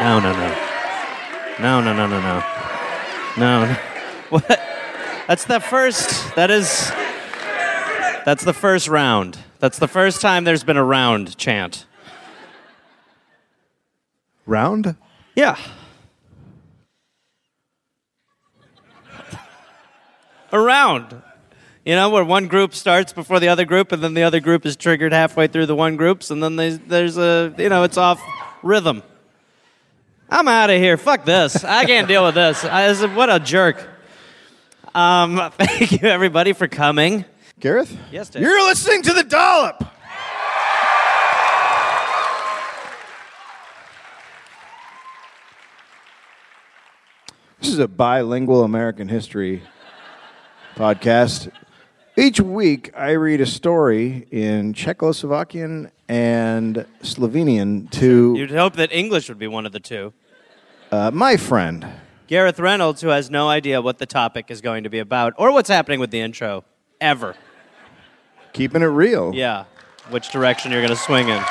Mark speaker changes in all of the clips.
Speaker 1: No, no, no. No, no, no, no, no. No. no. What? That's the first. That is. That's the first round. That's the first time there's been a round chant.
Speaker 2: Round?
Speaker 1: Yeah. A round. You know, where one group starts before the other group, and then the other group is triggered halfway through the one groups, and then they, there's a, you know, it's off rhythm. I'm out of here. Fuck this. I can't deal with this. I, this is- what a jerk. Um, thank you, everybody, for coming.
Speaker 2: Gareth?
Speaker 1: Yes, Dave.
Speaker 2: You're listening to The Dollop. This is a bilingual American history podcast. Each week, I read a story in Czechoslovakian and Slovenian to
Speaker 1: You'd hope that English would be one of the two.
Speaker 2: uh, my friend.
Speaker 1: Gareth Reynolds, who has no idea what the topic is going to be about or what's happening with the intro ever.
Speaker 2: Keeping it real.
Speaker 1: Yeah, which direction you're going to swing in.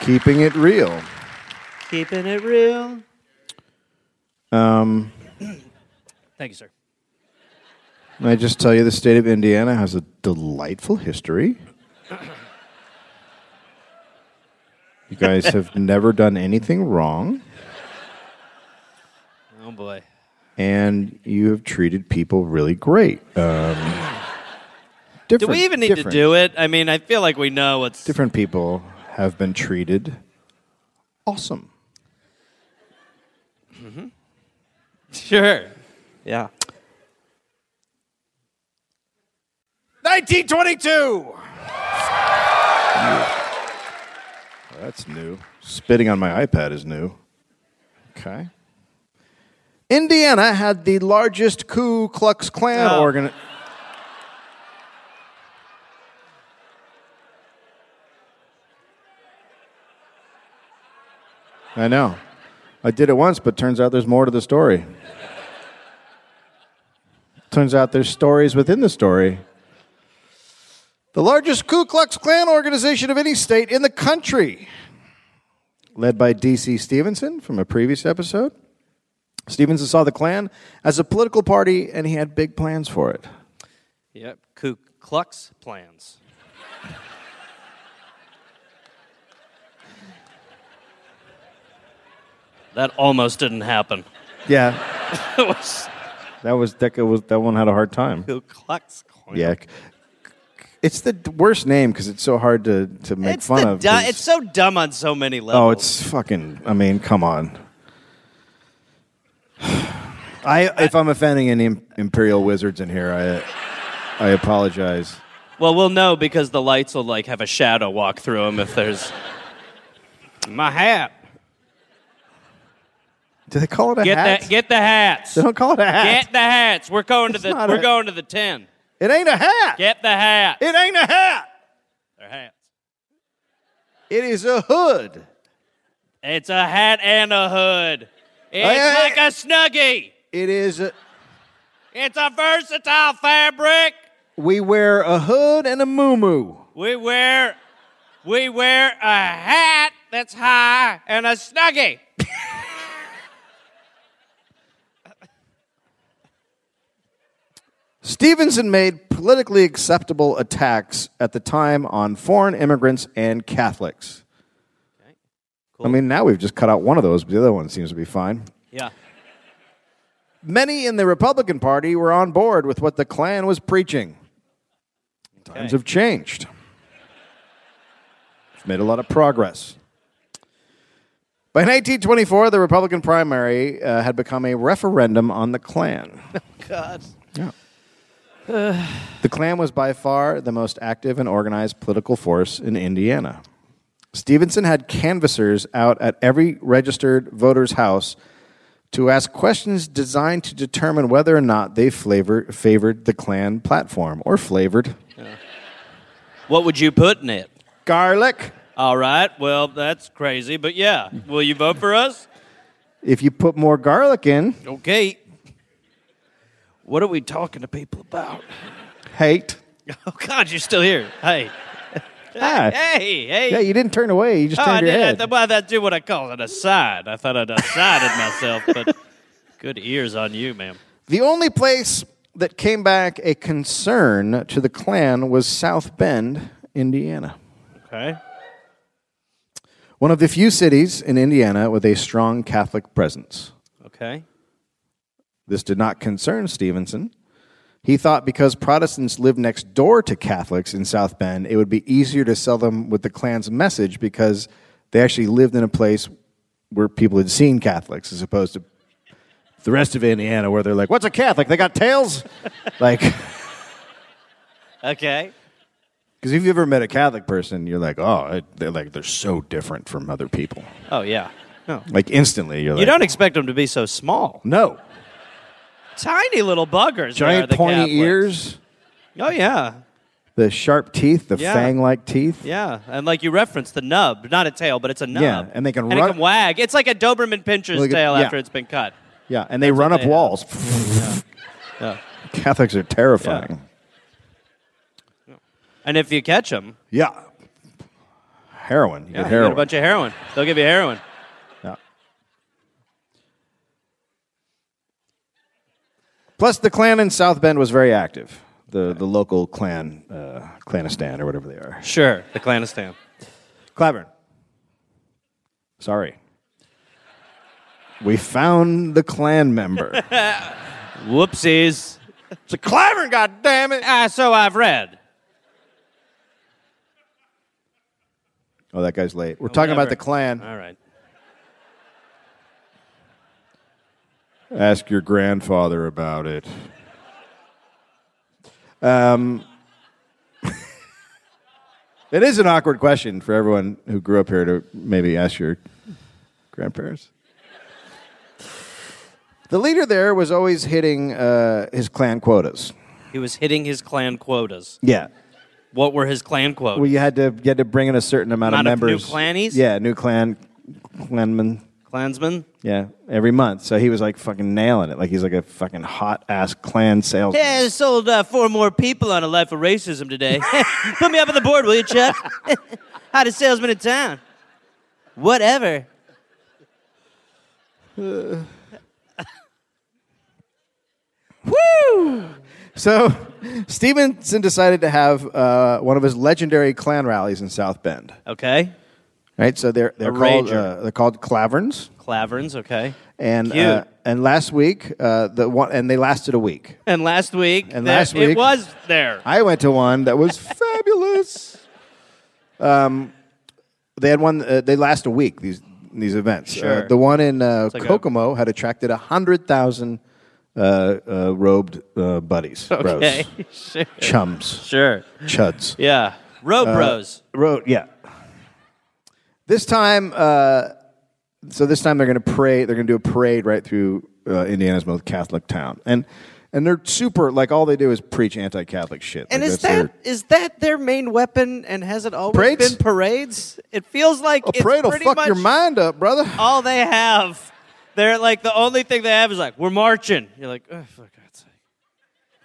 Speaker 2: Keeping it real.
Speaker 1: Keeping it real. Um.
Speaker 2: Um,
Speaker 1: Thank you, sir.
Speaker 2: Can I just tell you the state of Indiana has a delightful history? You guys have never done anything wrong,
Speaker 1: Oh boy.
Speaker 2: and you have treated people really great. Um,
Speaker 1: Do
Speaker 2: different,
Speaker 1: we even need
Speaker 2: different,
Speaker 1: to do it? I mean, I feel like we know what's.
Speaker 2: Different people have been treated awesome.
Speaker 1: Sure. Yeah.
Speaker 2: 1922. That's new. Spitting on my iPad is new. Okay. Indiana had the largest Ku Klux Klan
Speaker 1: Oh.
Speaker 2: organ. I know. I did it once, but turns out there's more to the story. Turns out there's stories within the story. The largest Ku Klux Klan organization of any state in the country. Led by D.C. Stevenson from a previous episode. Stevenson saw the Klan as a political party and he had big plans for it.
Speaker 1: Yep. Ku Klux plans. that almost didn't happen.
Speaker 2: Yeah.
Speaker 1: It was
Speaker 2: That was that, was, that one had a hard time.
Speaker 1: Ku Klux Klan.
Speaker 2: Yeah. It's the worst name because it's so hard to, to make
Speaker 1: It's,
Speaker 2: fun
Speaker 1: the
Speaker 2: of.
Speaker 1: du-
Speaker 2: 'cause-
Speaker 1: it's so dumb on so many levels.
Speaker 2: Oh, it's fucking. I mean, come on. I if I'm offending any im- imperial wizards in here, I I apologize.
Speaker 1: Well, we'll know because the lights will like have a shadow walk through them if there's my hat.
Speaker 2: Do they call it a
Speaker 1: Get
Speaker 2: hat?
Speaker 1: that. Get the hats.
Speaker 2: they don't call it a hat.
Speaker 1: Get the hats. We're going to
Speaker 2: It's
Speaker 1: the.
Speaker 2: not
Speaker 1: We're
Speaker 2: a-
Speaker 1: going to the ten.
Speaker 2: it ain't a hat.
Speaker 1: Get the hat.
Speaker 2: it ain't a hat.
Speaker 1: They're hats.
Speaker 2: It is a hood.
Speaker 1: It's a hat and a
Speaker 2: Oh,
Speaker 1: hood. It's
Speaker 2: Hey, hey,
Speaker 1: like a snuggie.
Speaker 2: It is. A,
Speaker 1: It's a versatile fabric.
Speaker 2: we wear a hood and a moo
Speaker 1: We wear, we wear a hat that's high and a snuggie.
Speaker 2: Stevenson made politically acceptable attacks at the time on foreign immigrants and Catholics. I mean, now we've just cut out one of those, but the other one seems to be fine.
Speaker 1: Yeah.
Speaker 2: Many in the Republican Party were on board with what the Klan was preaching. Times have changed. We've made a lot of progress. By 1924, the Republican primary uh, had become a referendum on the Klan.
Speaker 1: God.
Speaker 2: Yeah. the Klan was by far the most active and organized political force in Indiana. Stevenson had canvassers out at every registered voter's house to ask questions designed to determine whether or not they flavor, favored the Klan platform or flavored
Speaker 1: What would you put in it?
Speaker 2: garlic.
Speaker 1: All right. Well, that's crazy, but yeah. Will you vote for us?
Speaker 2: If you put more garlic in,
Speaker 1: Okay. What are we talking to people about?
Speaker 2: hate.
Speaker 1: Oh God, you're still here. Hey.
Speaker 2: Yeah.
Speaker 1: Hey, hey.
Speaker 2: Ah, Yeah, you didn't turn away. You just
Speaker 1: oh, I
Speaker 2: turned your
Speaker 1: did. I
Speaker 2: head.
Speaker 1: thought, well, that's what I call it, a side. I thought I'd decided myself, but good ears on you, ma'am.
Speaker 2: The only place that came back a concern to the Klan was South Bend, Indiana.
Speaker 1: Okay.
Speaker 2: One of the few cities in Indiana with a strong Catholic presence.
Speaker 1: Okay.
Speaker 2: This did not concern Stevenson. He thought because Protestants lived next door to Catholics in South Bend, it would be easier to sell them with the Klan's message because they actually lived in a place where people had seen Catholics as opposed to the rest of Indiana where they're like, what's a Catholic? They got tails? like, because
Speaker 1: Okay.
Speaker 2: if you've ever met a Catholic person, you're like, oh, I- they're like, they're so different from other people.
Speaker 1: Oh, yeah. No.
Speaker 2: Like, instantly, you're
Speaker 1: You
Speaker 2: like,
Speaker 1: don't expect them to be so small.
Speaker 2: no.
Speaker 1: Tiny little buggers. they are,
Speaker 2: Giant
Speaker 1: the
Speaker 2: pointy
Speaker 1: Catholics.
Speaker 2: ears,
Speaker 1: Oh, yeah.
Speaker 2: the sharp teeth, the
Speaker 1: Yeah.
Speaker 2: fang like teeth.
Speaker 1: Yeah, and like you referenced, the nub, not a tail, but it's a nub.
Speaker 2: Yeah, and they can
Speaker 1: and
Speaker 2: run-
Speaker 1: it can wag. It's like a Doberman pincher's
Speaker 2: Like a-
Speaker 1: tail
Speaker 2: yeah.
Speaker 1: after it's been cut.
Speaker 2: Yeah, and they run
Speaker 1: what
Speaker 2: up
Speaker 1: they have.
Speaker 2: walls.
Speaker 1: Yeah.
Speaker 2: Catholics are terrifying.
Speaker 1: And if you catch them,
Speaker 2: Yeah. Heroin. You
Speaker 1: yeah,
Speaker 2: get
Speaker 1: you
Speaker 2: heroin.
Speaker 1: get a bunch of heroin. They'll give you heroin.
Speaker 2: Yeah. Plus, the Klan in South Bend was very active. The, the local Klan, uh, Klanistan or whatever they are.
Speaker 1: Sure, the Klanistan.
Speaker 2: Claiborne. Sorry. We found the Klan member.
Speaker 1: Whoopsies.
Speaker 2: it's a Claiborne, goddammit!
Speaker 1: Ah, so I've read.
Speaker 2: Oh, that guy's late. We're talking about
Speaker 1: Whatever.
Speaker 2: the Klan.
Speaker 1: All right.
Speaker 2: Ask your grandfather about it. Um, it is an awkward question for everyone who grew up here to maybe ask your grandparents. The leader there was always hitting uh, his clan quotas.
Speaker 1: He was hitting his clan quotas.
Speaker 2: Yeah.
Speaker 1: What were his clan quotas?
Speaker 2: Well, you had to you had to bring in a certain amount,
Speaker 1: Amount of new
Speaker 2: members.
Speaker 1: clannies?
Speaker 2: Yeah, new clan, clanmen.
Speaker 1: Klansmen?
Speaker 2: Yeah, every month. So he was like fucking nailing it. Like he's like a fucking hot ass clan salesman.
Speaker 1: Yeah, I sold uh, four more people on a life of racism today. Put me up on the board, will you, Chuck? Hottest salesman in town. Whatever.
Speaker 2: So Stevenson decided to have uh, one of his legendary clan rallies in South Bend.
Speaker 1: Okay.
Speaker 2: Right, so they're they're
Speaker 1: A
Speaker 2: called
Speaker 1: rager.
Speaker 2: uh, they're called claverns,
Speaker 1: Claverns, okay.
Speaker 2: and
Speaker 1: Cute.
Speaker 2: uh, and last week uh, the one and they lasted a week.
Speaker 1: and last week,
Speaker 2: And
Speaker 1: there-
Speaker 2: last
Speaker 1: it
Speaker 2: week-
Speaker 1: was there.
Speaker 2: I went to one that was fabulous. Um, they had one. Uh, they last a week. These these events.
Speaker 1: Sure.
Speaker 2: Uh, the one in uh,
Speaker 1: like a-
Speaker 2: Kokomo had attracted hundred thousand uh, uh, robed uh, buddies,
Speaker 1: okay.
Speaker 2: bros,
Speaker 1: sure.
Speaker 2: chums,
Speaker 1: Sure.
Speaker 2: chuds.
Speaker 1: Yeah. Road
Speaker 2: Uh,
Speaker 1: bros.
Speaker 2: Wrote, yeah. This time, uh, so this time they're going to pray. They're going to do a parade right through uh, Indiana's most Catholic town, and and they're super. Like all they do is preach anti-Catholic shit.
Speaker 1: And
Speaker 2: Like,
Speaker 1: is
Speaker 2: that's their-
Speaker 1: that is that their main weapon? And has it always
Speaker 2: Parades?
Speaker 1: been parades? It feels like
Speaker 2: a
Speaker 1: it's
Speaker 2: parade will
Speaker 1: pretty
Speaker 2: fuck
Speaker 1: much
Speaker 2: your mind up, brother?
Speaker 1: all they have. They're like the only thing they have is like we're marching. You're like, oh, for God's sake,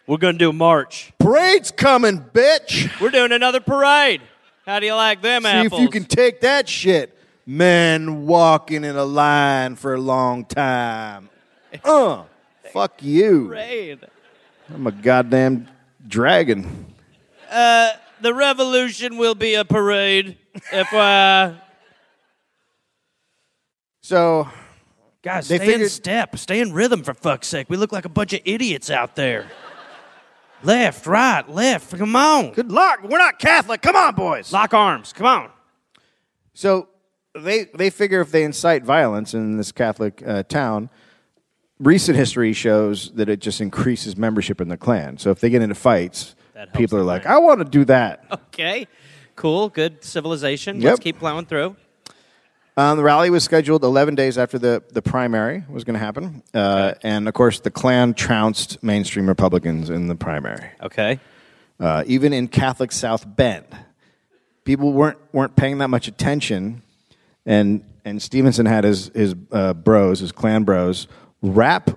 Speaker 1: we're gonna do a march.
Speaker 2: Parade's coming, bitch.
Speaker 1: We're doing another parade. How do you like them
Speaker 2: See
Speaker 1: apples?
Speaker 2: if you can take that shit. Men walking in a line for a long time. Uh, fuck you.
Speaker 1: parade.
Speaker 2: I'm a goddamn dragon.
Speaker 1: The revolution will be a parade. If uh,
Speaker 2: So
Speaker 1: guys,
Speaker 2: They
Speaker 1: stay in
Speaker 2: figured-
Speaker 1: step, stay in rhythm for fuck's sake. We look like a bunch of idiots out there. left, right, left. Come on,
Speaker 2: Good luck. We're not Catholic. Come on, boys.
Speaker 1: lock arms. Come on.
Speaker 2: So they they figure if they incite violence in this Catholic uh, town, recent history shows that it just increases membership in the clan. So if they get into fights,
Speaker 1: That helps
Speaker 2: people are
Speaker 1: the
Speaker 2: like, "I want to do that."
Speaker 1: Okay, cool, good civilization.
Speaker 2: Yep.
Speaker 1: Let's keep plowing through.
Speaker 2: Um, the rally was scheduled 11 days after the the primary was going to happen, uh, and of course, the Klan trounced mainstream Republicans in the primary.
Speaker 1: Okay.
Speaker 2: uh, even in Catholic South Bend. People weren't weren't paying that much attention, and and Stevenson had his his uh, bros, his clan bros, wrap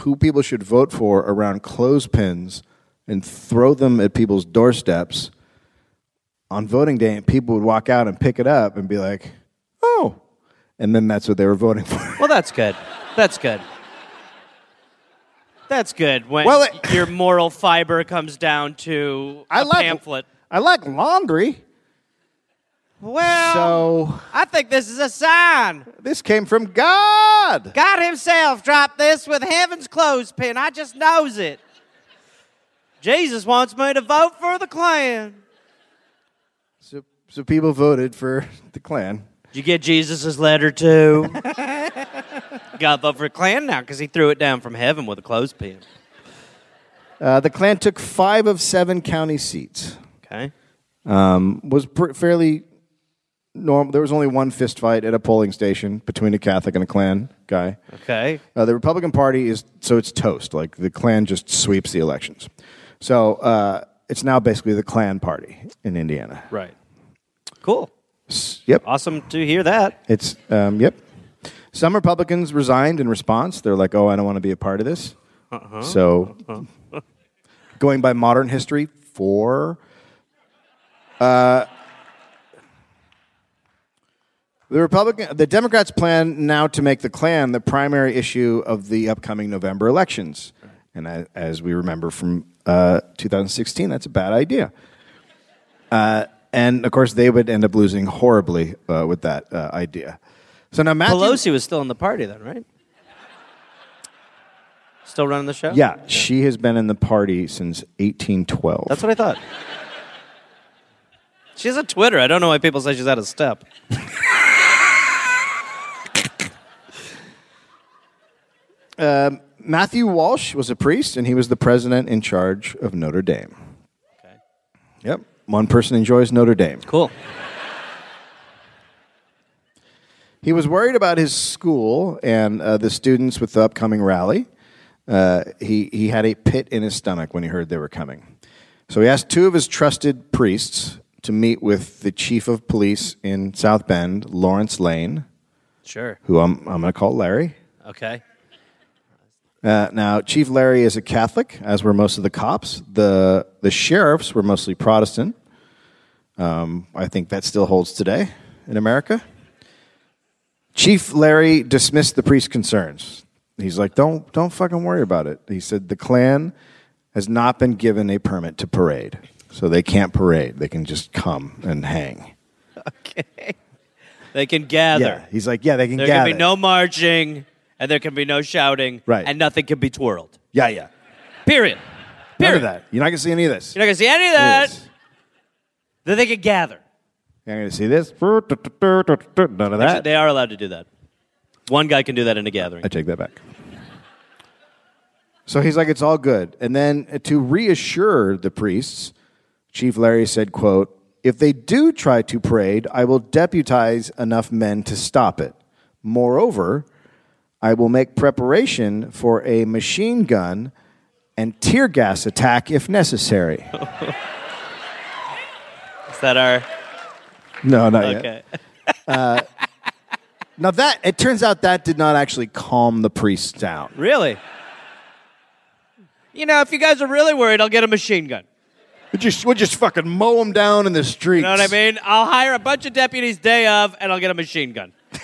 Speaker 2: who people should vote for around clothespins and throw them at people's doorsteps on voting day, and people would walk out and pick it up and be like, "Oh," and then that's what they were voting for.
Speaker 1: Well, that's good. That's good. That's good when
Speaker 2: Well, it-
Speaker 1: your moral fiber comes down to a
Speaker 2: I like
Speaker 1: pamphlet.
Speaker 2: I like laundry,
Speaker 1: Well,
Speaker 2: so
Speaker 1: I think this is a sign.
Speaker 2: this came from God.
Speaker 1: God Himself dropped this with heaven's clothespin. I just knows it. Jesus wants me to vote for the Klan.
Speaker 2: So, so people voted for the Klan.
Speaker 1: Did you get Jesus' letter too? God vote for the Klan now because he threw it down from heaven with a clothespin.
Speaker 2: Uh, the Klan took five of seven county seats.
Speaker 1: Okay.
Speaker 2: Um, was pr- fairly normal. There was only one fist fight at a polling station between a Catholic and a Klan guy.
Speaker 1: Okay.
Speaker 2: Uh, the Republican Party is so it's toast. Like the Klan just sweeps the elections. So uh, it's now basically the Klan Party in Indiana.
Speaker 1: Right. Cool.
Speaker 2: S- Yep.
Speaker 1: Awesome to hear that.
Speaker 2: It's um, yep. Some Republicans resigned in response. They're like, "Oh, I don't want to be a part of this." So, going by modern history, four. Uh, the Republican, the Democrats plan now to make the Klan the primary issue of the upcoming November elections, and a- as we remember from uh, 2016, that's a bad idea. Uh, And of course, they would end up losing horribly uh, with that uh, idea. So now Matthew,
Speaker 1: Pelosi was still in the party then, right? Still running the show?
Speaker 2: yeah, she has been in the party since 1812.
Speaker 1: That's what I thought. She has a Twitter. I don't know why people say she's out of step.
Speaker 2: Matthew Walsh was a priest, and he was the president in charge of Notre Dame.
Speaker 1: Okay.
Speaker 2: Yep, one person enjoys Notre Dame.
Speaker 1: Cool.
Speaker 2: He was worried about his school and uh, the students with the upcoming rally. Uh, he, he had a pit in his stomach when he heard they were coming. So he asked two of his trusted priests to meet with the chief of police in South Bend, Lawrence Lane,
Speaker 1: Sure.
Speaker 2: who I'm, I'm going to call Larry.
Speaker 1: Okay.
Speaker 2: Uh, now, Chief Larry is a Catholic, as were most of the cops. The, the sheriffs were mostly Protestant. Um, I think that still holds today in America. Chief Larry dismissed the priest's concerns. He's like, don't, don't fucking worry about it. He said, the Klan has not been given a permit to parade. So they can't parade. They can just come and hang.
Speaker 1: Okay. They can gather.
Speaker 2: Yeah. He's like, yeah, they can
Speaker 1: There
Speaker 2: gather.
Speaker 1: can be no marching, and there can be no shouting,
Speaker 2: Right.
Speaker 1: and nothing can be twirled.
Speaker 2: yeah, yeah.
Speaker 1: Period.
Speaker 2: None
Speaker 1: Period.
Speaker 2: of that. You're not going to see any of this.
Speaker 1: You're not gonna see any of
Speaker 2: Any
Speaker 1: that.
Speaker 2: of this.
Speaker 1: Then they can gather.
Speaker 2: You're not going to see this. None of that.
Speaker 1: Actually, they are allowed to do that. One guy can do that in a gathering.
Speaker 2: I take that back. So he's like, it's all good. And then uh, to reassure the priests, Chief Larry said, quote, if they do try to parade, I will deputize enough men to stop it. Moreover, I will make preparation for a machine gun and tear gas attack if necessary.
Speaker 1: Is that our
Speaker 2: No, not yet.
Speaker 1: okay?
Speaker 2: Now that it turns out that did not actually calm the priests down.
Speaker 1: Really? You know, if you guys are really worried, I'll get a machine gun.
Speaker 2: We just, we just fucking mow them down in the streets.
Speaker 1: You know what I mean? I'll hire a bunch of deputies day of, and I'll get a machine gun. is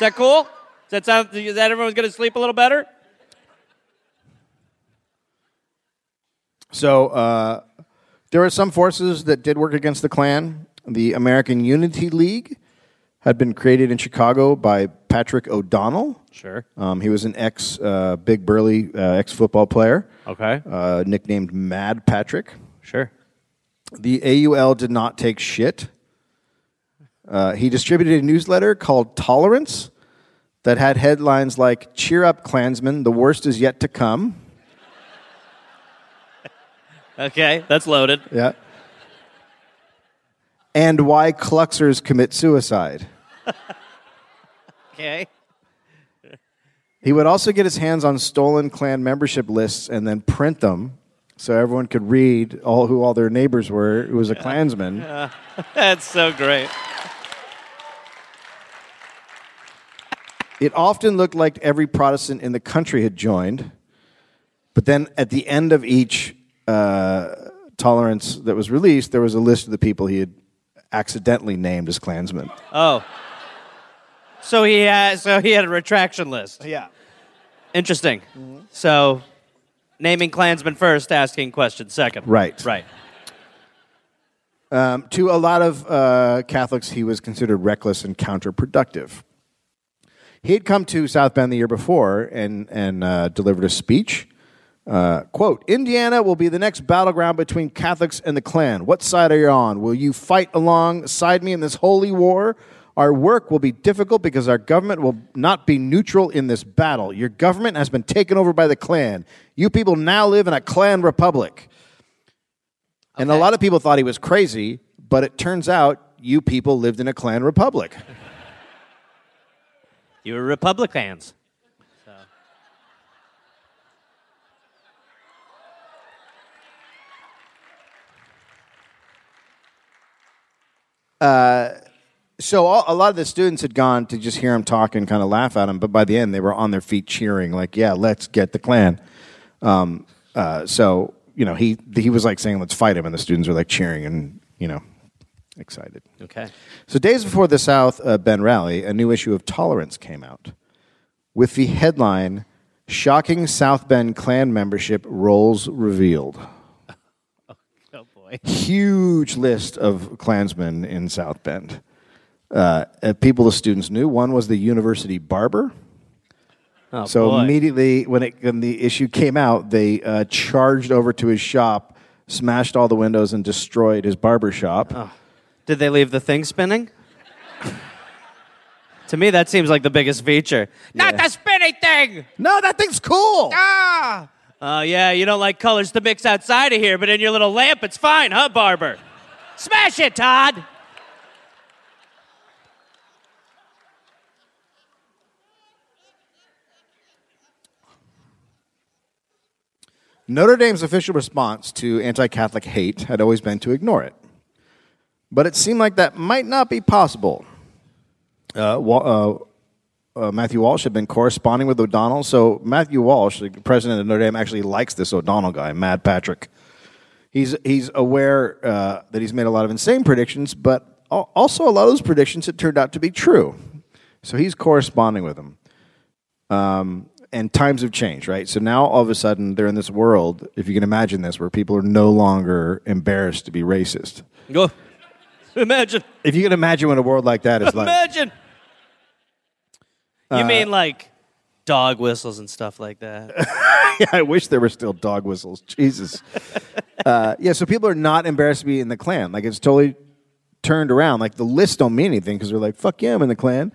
Speaker 1: that cool? Does that sound? Is that everyone's gonna sleep a little better?
Speaker 2: So uh, there were some forces that did work against the Klan. The American Unity League had been created in Chicago by Patrick O'Donnell.
Speaker 1: Sure.
Speaker 2: Um, he was an ex uh, big burly uh, ex football player,
Speaker 1: Okay.
Speaker 2: uh, nicknamed Mad Patrick.
Speaker 1: Sure.
Speaker 2: The AUL did not take shit. Uh, he distributed a newsletter called Tolerance that had headlines like "Cheer up, Klansmen! The worst is yet to come."
Speaker 1: Okay, that's loaded.
Speaker 2: Yeah. And why Kluxers commit suicide.
Speaker 1: Okay.
Speaker 2: He would also get his hands on stolen clan membership lists and then print them so everyone could read all who all their neighbors were who was a Klansman.
Speaker 1: That's so great.
Speaker 2: It often looked like every Protestant in the country had joined, but then at the end of each uh, tolerance that was released, there was a list of the people he had accidentally named as Klansmen.
Speaker 1: Oh. So he had so he had a retraction list.
Speaker 2: Yeah.
Speaker 1: Interesting. So naming Klansmen first, asking questions second.
Speaker 2: Right.
Speaker 1: Right.
Speaker 2: Um, to a lot of uh, Catholics, he was considered reckless and counterproductive. He had come to South Bend the year before and, and uh, delivered a speech. Uh, quote, Indiana will be the next battleground between Catholics and the Klan. What side are you on? Will you fight alongside me in this holy war? Our work will be difficult because our government will not be neutral in this battle. Your government has been taken over by the Klan. You people now live in a Klan republic. And a lot of people thought he was crazy, but it turns out you people lived in a Klan republic.
Speaker 1: You were Republicans.
Speaker 2: So all, a lot of the students had gone to just hear him talk and kind of laugh at him, but by the end they were on their feet cheering, like, "Yeah, let's get the Klan." Um, uh, so you know he he was like saying, "Let's fight him," and the students were like cheering and you know excited.
Speaker 1: Okay.
Speaker 2: So, days before the South uh, Bend rally, a new issue of Tolerance came out with the headline Shocking South Bend Klan Membership Roles Revealed.
Speaker 1: Oh boy.
Speaker 2: Huge list of Klansmen in South Bend. Uh, uh, people the students knew. One was the university barber.
Speaker 1: Oh,
Speaker 2: So
Speaker 1: boy.
Speaker 2: immediately when it when the issue came out, they uh, charged over to his shop, smashed all the windows, and destroyed his barber shop.
Speaker 1: Oh. Did they leave the thing spinning? to me, that seems like the biggest feature. Not the spinny thing.
Speaker 2: No, that thing's cool.
Speaker 1: Ah. Oh yeah, you don't like colors to mix outside of here, but in your little lamp, it's fine, huh, Barber? Smash it, Todd.
Speaker 2: Notre Dame's official response to anti Catholic hate had always been to ignore it. But it seemed like that might not be possible. Uh, Wa- uh, uh, Matthew Walsh had been corresponding with O'Donnell, so Matthew Walsh, the president of Notre Dame, actually likes this O'Donnell guy, Mad Patrick. He's, he's aware uh, that he's made a lot of insane predictions, but al- also a lot of those predictions had turned out to be true. So he's corresponding with him and times have changed, right? So now all of a sudden they're in this world, if you can imagine this, where people are no longer embarrassed to be racist.
Speaker 1: Go. Imagine.
Speaker 2: If you can imagine what a world like that is like.
Speaker 1: Imagine. you mean like dog whistles and stuff like that?
Speaker 2: yeah, I wish there were still dog whistles. Jesus. uh, yeah, so people are not embarrassed to be in the Klan. Like it's totally turned around. Like the lists don't mean anything because they're like, fuck yeah, I'm in the Klan.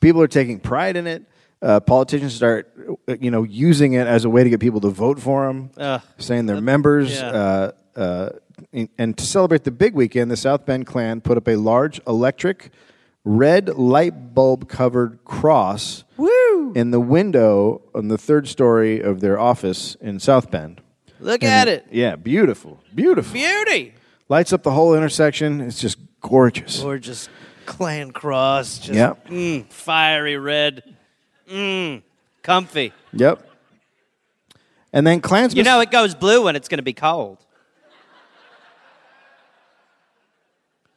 Speaker 2: People are taking pride in it. Uh, politicians start, uh, you know, using it as a way to get people to vote for them,
Speaker 1: Ugh.
Speaker 2: saying they're members.
Speaker 1: yeah.
Speaker 2: Uh, uh, in- and to celebrate the big weekend, the South Bend Klan put up a large electric red light bulb covered cross in the window on the third story of their office in South Bend.
Speaker 1: Look at it.
Speaker 2: Yeah, beautiful, beautiful.
Speaker 1: Beauty.
Speaker 2: Lights up the whole intersection. It's just gorgeous.
Speaker 1: Or just clan cross. Just
Speaker 2: Yep.
Speaker 1: mm, fiery red. Mm, comfy.
Speaker 2: Yep. And then Klansmen.
Speaker 1: You know, it goes blue when it's going to be cold.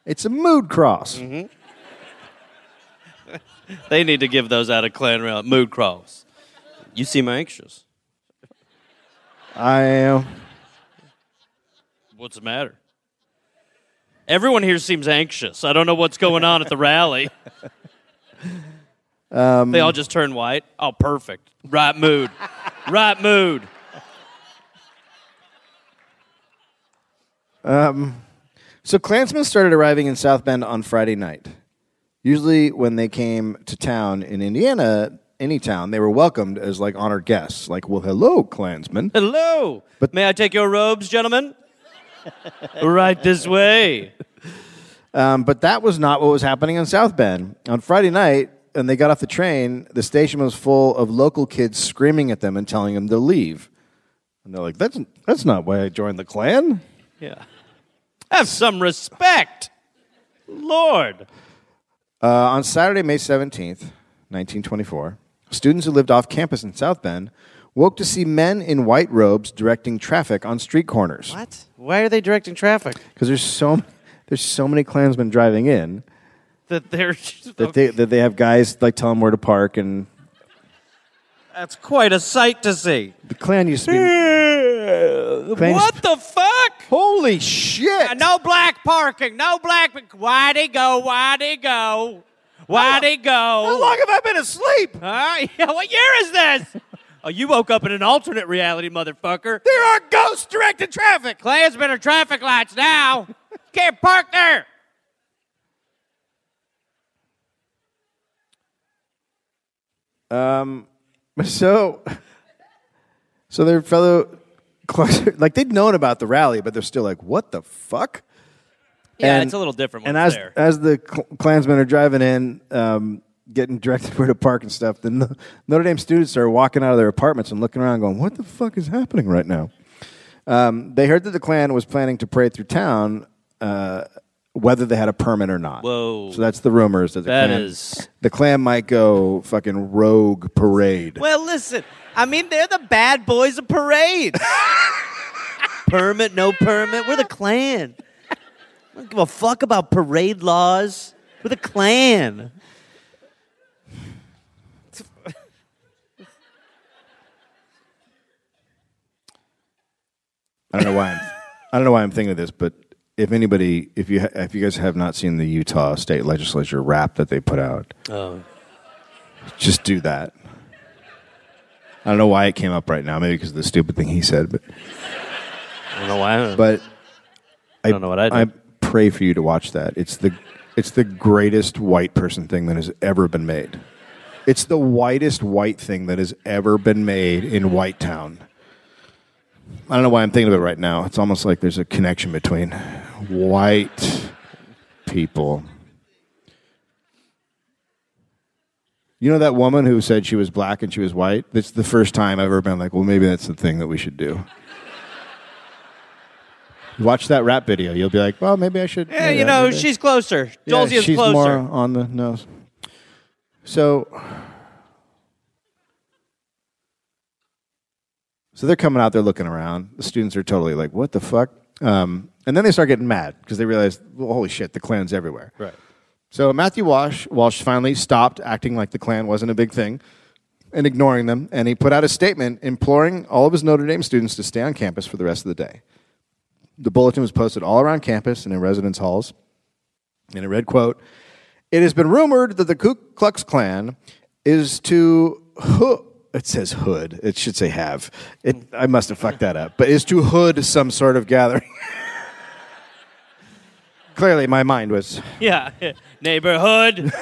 Speaker 2: it's a mood cross.
Speaker 1: Mm-hmm. They need to give those out of clan rail mood crawls. You seem anxious.
Speaker 2: I am.
Speaker 1: What's the matter? Everyone here seems anxious. I don't know what's going on at the rally.
Speaker 2: Um,
Speaker 1: they all just turn white. Oh, perfect. Right mood. right mood.
Speaker 2: So Klansmen started arriving in South Bend on Friday night. Usually, when they came to town in Indiana, any town, they were welcomed as like honored guests. Like, well, hello, Klansmen.
Speaker 1: Hello.
Speaker 2: But-
Speaker 1: May I take your robes, gentlemen? right this way.
Speaker 2: Um, but that was not what was happening in South Bend. On Friday night, and they got off the train, the station was full of local kids screaming at them and telling them to leave. And they're like, that's, that's not why I joined the Klan.
Speaker 1: Yeah. Have some respect. Lord.
Speaker 2: Uh, on Saturday, May 17th, 1924, students who lived off campus in South Bend woke to see men in white robes directing traffic on street corners.
Speaker 1: What? Why are they directing traffic?
Speaker 2: Because there's so there's so many Klansmen driving in
Speaker 1: That they're
Speaker 2: that they that they have guys like tell them where to park, and
Speaker 1: that's quite a sight to see.
Speaker 2: the Klan used to be. Claims-
Speaker 1: what the fuck?
Speaker 2: Holy shit!
Speaker 1: No black parking. No black. Why'd he go? Why'd he go? Why'd he go?
Speaker 2: How long have I been asleep?
Speaker 1: Huh? Yeah, what year is this? oh, you woke up in an alternate reality, motherfucker.
Speaker 2: There are ghosts directing traffic.
Speaker 1: Clans better traffic lights now. Can't park there.
Speaker 2: So, so their fellow, Klansmen- like they'd known about the rally, but they're still like, what the fuck?
Speaker 1: Yeah,
Speaker 2: And-
Speaker 1: it's a little different when
Speaker 2: And
Speaker 1: it's
Speaker 2: as uh,
Speaker 1: there.
Speaker 2: as the Cl- Klansmen are driving in, um, getting directed where to park and stuff, then the Notre Dame students are walking out of their apartments and looking around, going, "What the fuck is happening right now?" Um, they heard that the Klan was planning to parade through town, uh, whether they had a permit or not.
Speaker 1: Whoa.
Speaker 2: So that's the rumors that the
Speaker 1: That
Speaker 2: Klan,
Speaker 1: is-
Speaker 2: the Klan might go fucking rogue parade.
Speaker 1: Well, listen. I mean, they're the bad boys of parades. permit, no permit. We're the Klan. I don't give a fuck about parade laws. We're the Klan.
Speaker 2: I don't know why I'm, I don't know why I'm thinking of this, but if anybody, if you ha- if you guys have not seen the Utah State Legislature rap that they put out, just do that. I don't know why it came up right now. Maybe because of the stupid thing he said, but
Speaker 1: I don't know why.
Speaker 2: but I,
Speaker 1: don't know what I'd do.
Speaker 2: pray for you to watch that. It's the it's the greatest white person thing that has ever been made. It's the whitest white thing that has ever been made in White Town. I don't know why I'm thinking of it right now. It's almost like there's a connection between white people. You know that woman who said she was black and she was white? That's the first time I've ever been like, well, maybe that's the thing that we should do. Watch that rap video. You'll be like, well, maybe I should.
Speaker 1: yeah,
Speaker 2: maybe
Speaker 1: you
Speaker 2: I-
Speaker 1: know,
Speaker 2: maybe I-
Speaker 1: she's closer.
Speaker 2: yeah,
Speaker 1: Dolzia is
Speaker 2: she's
Speaker 1: closer.
Speaker 2: more on the nose. So, so they're coming out. They're looking around. The students are totally like, "What the fuck?" Um, and then they start getting mad because they realize, well, "Holy shit, the Klan's everywhere!"
Speaker 1: Right.
Speaker 2: So Matthew Walsh, Walsh finally stopped acting like the Klan wasn't a big thing and ignoring them, and he put out a statement imploring all of his Notre Dame students to stay on campus for the rest of the day. The bulletin was posted all around campus and in residence halls. And it read, quote, It has been rumored that the Ku Klux Klan is to hoo- it says hood. It should say have. It, I must have fucked that up. But is to hood some sort of gathering. Clearly, my mind was
Speaker 1: Yeah. Neighborhood.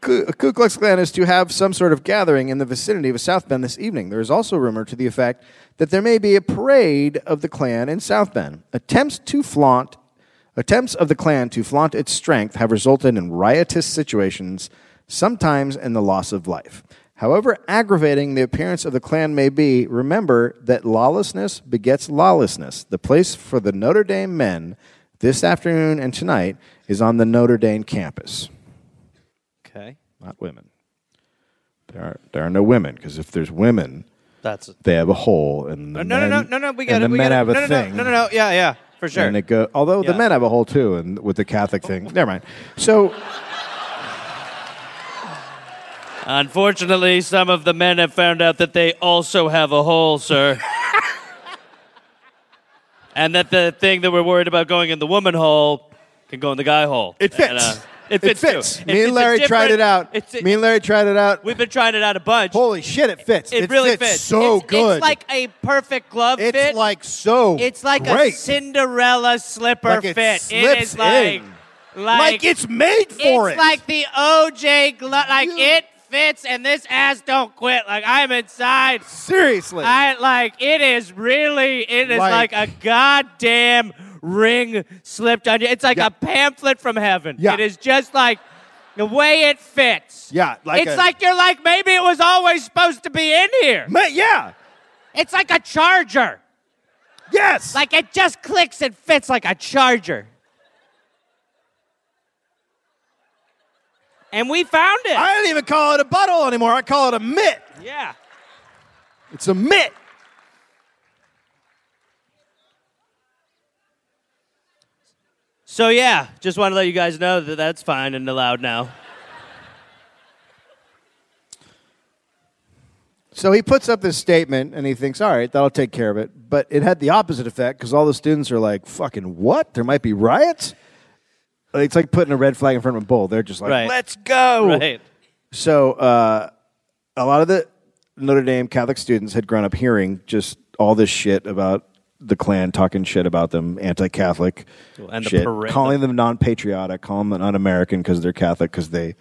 Speaker 2: Ku Ku Klux Klan is to have some sort of gathering in the vicinity of South Bend this evening. There is also rumor to the effect that there may be a parade of the Klan in South Bend. Attempts to flaunt attempts of the Klan to flaunt its strength have resulted in riotous situations, sometimes in the loss of life. However aggravating the appearance of the Klan may be, remember that lawlessness begets lawlessness. The place for the Notre Dame men this afternoon and tonight is on the Notre Dame campus
Speaker 1: Okay.
Speaker 2: not women. There are there are no women because if there's women,
Speaker 1: That's
Speaker 2: they have a hole, and the
Speaker 1: Uh, no, no,
Speaker 2: men,
Speaker 1: no, no, no. We got
Speaker 2: and
Speaker 1: it.
Speaker 2: the
Speaker 1: we
Speaker 2: men
Speaker 1: got
Speaker 2: have
Speaker 1: it.
Speaker 2: a
Speaker 1: no, no,
Speaker 2: thing.
Speaker 1: No, no, no, no. Yeah, yeah. For sure.
Speaker 2: And it go, although
Speaker 1: Yeah.
Speaker 2: the men have a hole too, and with the Catholic thing, never mind. So
Speaker 1: Unfortunately, some of the men have found out that they also have a hole, sir. and that the thing that we're worried about going in the woman hole can go in the guy hole.
Speaker 2: it fits.
Speaker 1: And, uh, it fits. too. It-
Speaker 2: Me
Speaker 1: it's a
Speaker 2: and Larry tried it
Speaker 1: different-
Speaker 2: out.
Speaker 1: It's a-
Speaker 2: Me and Larry tried it out.
Speaker 1: we've been trying it out a bunch.
Speaker 2: Holy shit, it fits.
Speaker 1: it, really fits.
Speaker 2: So
Speaker 1: It's-
Speaker 2: good.
Speaker 1: It's like a perfect glove
Speaker 2: It's
Speaker 1: fit.
Speaker 2: like so.
Speaker 1: it's like
Speaker 2: great.
Speaker 1: a Cinderella slipper
Speaker 2: Like it
Speaker 1: fit. it
Speaker 2: slips
Speaker 1: is like,
Speaker 2: in.
Speaker 1: like
Speaker 2: like it's made for
Speaker 1: it's
Speaker 2: it.
Speaker 1: like the OJ glove. Like
Speaker 2: You-
Speaker 1: it fits, and this ass don't quit. Like I'm inside.
Speaker 2: seriously.
Speaker 1: I like it is really it is like,
Speaker 2: Like-
Speaker 1: a goddamn ring slipped on you. It's like
Speaker 2: Yeah.
Speaker 1: a pamphlet from heaven.
Speaker 2: Yeah.
Speaker 1: It is just like the way it fits.
Speaker 2: Yeah, like
Speaker 1: it's
Speaker 2: a-
Speaker 1: like you're like maybe it was always supposed to be in here.
Speaker 2: Ma- yeah.
Speaker 1: It's like a charger.
Speaker 2: Yes.
Speaker 1: Like it just clicks and fits like a charger. And we found it.
Speaker 2: I don't even call it a butthole anymore. I call it a mitt.
Speaker 1: yeah.
Speaker 2: It's a mitt.
Speaker 1: So yeah, just want to let you guys know that that's fine and allowed now.
Speaker 2: So he puts up this statement and he thinks, all right, that'll take care of it. But it had the opposite effect because all the students are like, fucking what? There might be riots? It's like putting a red flag in front of a bull. They're just like,
Speaker 1: Right.
Speaker 2: let's go.
Speaker 1: Right.
Speaker 2: So uh, a lot of the Notre Dame Catholic students had grown up hearing just all this shit about the Klan talking shit about them, anti-Catholic,
Speaker 1: and the
Speaker 2: shit,
Speaker 1: parade-
Speaker 2: calling them non-patriotic, calling them un-American because they're Catholic, because they,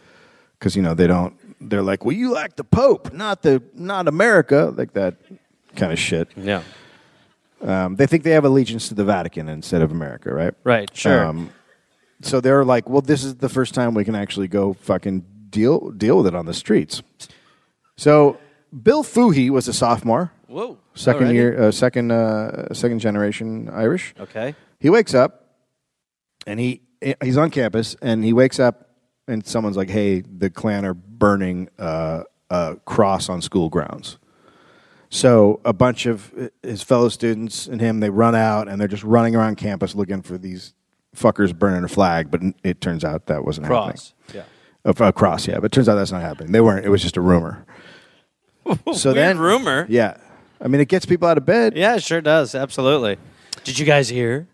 Speaker 2: because you know they don't. They're like, well, you like the Pope, not the not America, like that kind of shit.
Speaker 1: Yeah.
Speaker 2: Um, they think they have allegiance to the Vatican instead of America, right? Um,
Speaker 1: Right. Sure.
Speaker 2: so they're like, well, this is the first time we can actually go fucking deal deal with it on the streets. So Bill Foohey was a sophomore,
Speaker 1: Whoa.
Speaker 2: second
Speaker 1: Alrighty.
Speaker 2: year, uh, second uh, second generation Irish.
Speaker 1: Okay.
Speaker 2: He wakes up, and he he's on campus, and he wakes up, and someone's like, "Hey, the Klan are burning uh, a cross on school grounds." So a bunch of his fellow students and him, they run out, and they're just running around campus looking for these fuckers burning a flag. But it turns out that wasn't
Speaker 1: Cross. Yeah.
Speaker 2: happening. A, a cross, yeah. But it turns out that's not happening. They weren't. It was just a rumor. so
Speaker 1: Weird rumor.
Speaker 2: yeah. I mean, it gets people out of bed.
Speaker 1: Yeah, it sure does. Absolutely. Did you guys hear?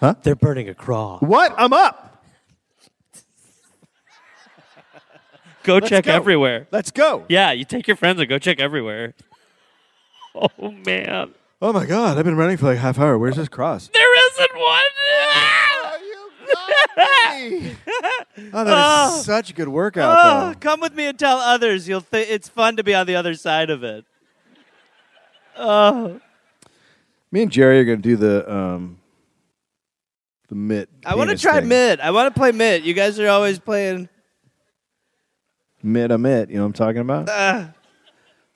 Speaker 2: Huh?
Speaker 1: They're burning a cross.
Speaker 2: What? I'm up.
Speaker 1: Go check
Speaker 2: go.
Speaker 1: everywhere.
Speaker 2: Let's go.
Speaker 1: Yeah, you take your friends and go check everywhere. Oh man.
Speaker 2: Oh my god, I've been running for like half hour. Where's this cross?
Speaker 1: There isn't one. Ah!
Speaker 2: Are you kidding me? oh, that is such a good workout.
Speaker 1: Oh,
Speaker 2: though.
Speaker 1: come with me and tell others. You'll th- it's fun to be on the other side of it. Oh,
Speaker 2: Me and Jerry are gonna do the um, the mitt.
Speaker 1: I want to
Speaker 2: penis
Speaker 1: try
Speaker 2: thing.
Speaker 1: mid. I want to play mid. You guys are always playing.
Speaker 2: Mitt a mitt. You know what I'm talking about?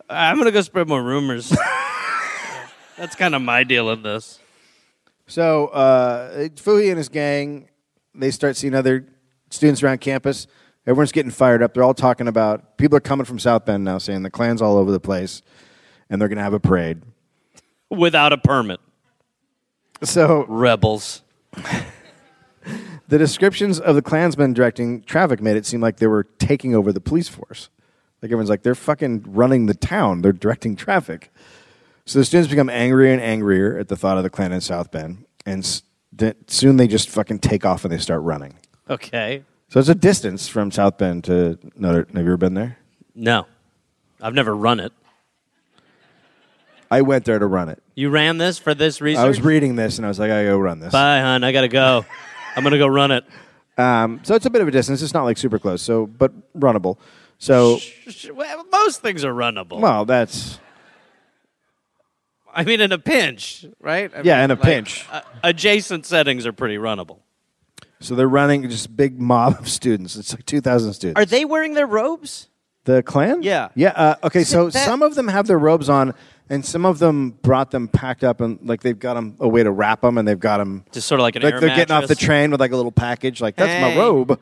Speaker 1: I'm gonna go spread more rumors. That's kind of my deal in this.
Speaker 2: So uh, Fuhi and his gang, they start seeing other students around campus. Everyone's getting fired up. They're all talking about people are coming from South Bend now, saying the Klan's all over the place, and they're gonna have a parade.
Speaker 1: Without a permit,
Speaker 2: So
Speaker 1: rebels.
Speaker 2: The descriptions of the Klansmen directing traffic made it seem like they were taking over the police force. Like everyone's like, they're fucking running the town. They're directing traffic. So the students become angrier and angrier at the thought of the Klan in South Bend, and s- th- soon they just fucking take off and they start running.
Speaker 1: Okay.
Speaker 2: So it's a distance from South Bend to Notre. Have you ever been there?
Speaker 1: No, I've never run it.
Speaker 2: I went there to run it.
Speaker 1: You ran this for this reason.
Speaker 2: I was reading this and I was like, I gotta go run this.
Speaker 1: Bye, hon. I gotta go. I'm gonna go run it.
Speaker 2: Um, so it's a bit of a distance. It's not like super close. So, but runnable. So,
Speaker 1: Well, Most things are runnable.
Speaker 2: well, that's
Speaker 1: I mean, in a pinch, right? I
Speaker 2: Yeah,
Speaker 1: mean,
Speaker 2: in a
Speaker 1: like,
Speaker 2: pinch.
Speaker 1: uh, adjacent settings are pretty runnable.
Speaker 2: So they're running just a big mob of students. It's like 2,000 students.
Speaker 1: Are they wearing their robes?
Speaker 2: the Klan?
Speaker 1: Yeah.
Speaker 2: Yeah. Uh, okay, so
Speaker 1: that-
Speaker 2: some of them have their robes on, and some of them brought them packed up, and like they've got them a way to wrap them, and they've got them.
Speaker 1: Just sort of like an
Speaker 2: Like
Speaker 1: air
Speaker 2: they're getting off the
Speaker 1: mattress.
Speaker 2: train with like a little package, like, that's my
Speaker 1: Hey.
Speaker 2: robe.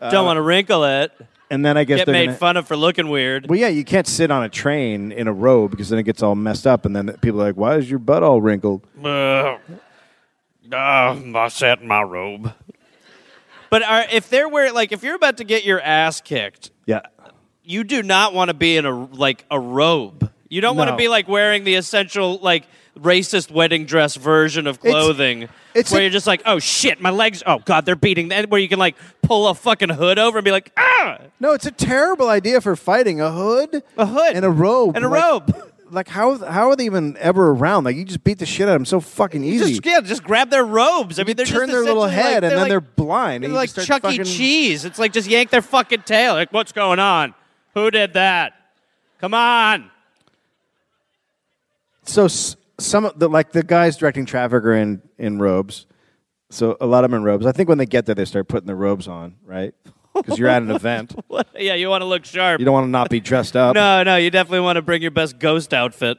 Speaker 2: Uh,
Speaker 1: Don't want to wrinkle it.
Speaker 2: And then I guess
Speaker 1: Get
Speaker 2: they're.
Speaker 1: made
Speaker 2: gonna-
Speaker 1: fun of for looking weird.
Speaker 2: well, yeah, you can't sit on a train in a robe because then it gets all messed up, and then people are like, why is your butt all wrinkled?
Speaker 1: Uh, I sat in my robe. But are, if they're wearing, like, if you're about to get your ass kicked,
Speaker 2: Yeah.
Speaker 1: you do not want to be in a like a robe. You don't want
Speaker 2: No.
Speaker 1: to be like wearing the essential like racist wedding dress version of clothing
Speaker 2: it's
Speaker 1: where
Speaker 2: a-
Speaker 1: you're just like, "Oh shit, my legs. Oh god, they're beating." And where you can like pull a fucking hood over and be like, "Ah!"
Speaker 2: No, it's a terrible idea for fighting. A hood,
Speaker 1: A hood.
Speaker 2: and a robe,
Speaker 1: And a
Speaker 2: Like-
Speaker 1: robe.
Speaker 2: Like how how are they even ever around? Like you just beat the shit out of them so fucking easy.
Speaker 1: Just yeah, just grab their robes. I mean,
Speaker 2: you
Speaker 1: they're
Speaker 2: turn
Speaker 1: just
Speaker 2: their little
Speaker 1: essentially,
Speaker 2: head
Speaker 1: like,
Speaker 2: and then
Speaker 1: like-
Speaker 2: they're blind.
Speaker 1: They're
Speaker 2: and you
Speaker 1: like
Speaker 2: start
Speaker 1: Chuck E.
Speaker 2: fucking-
Speaker 1: Cheese. It's like just yank their fucking tail. Like, what's going on? Who did that? Come on.
Speaker 2: So s- some of the like the guys directing traffic are in in robes. So a lot of them in robes. I think when they get there, they start putting their robes on, right? Because you're at an event.
Speaker 1: What? Yeah, you want to look sharp.
Speaker 2: You don't want to not be dressed up.
Speaker 1: No, no, you definitely want to bring your best ghost outfit.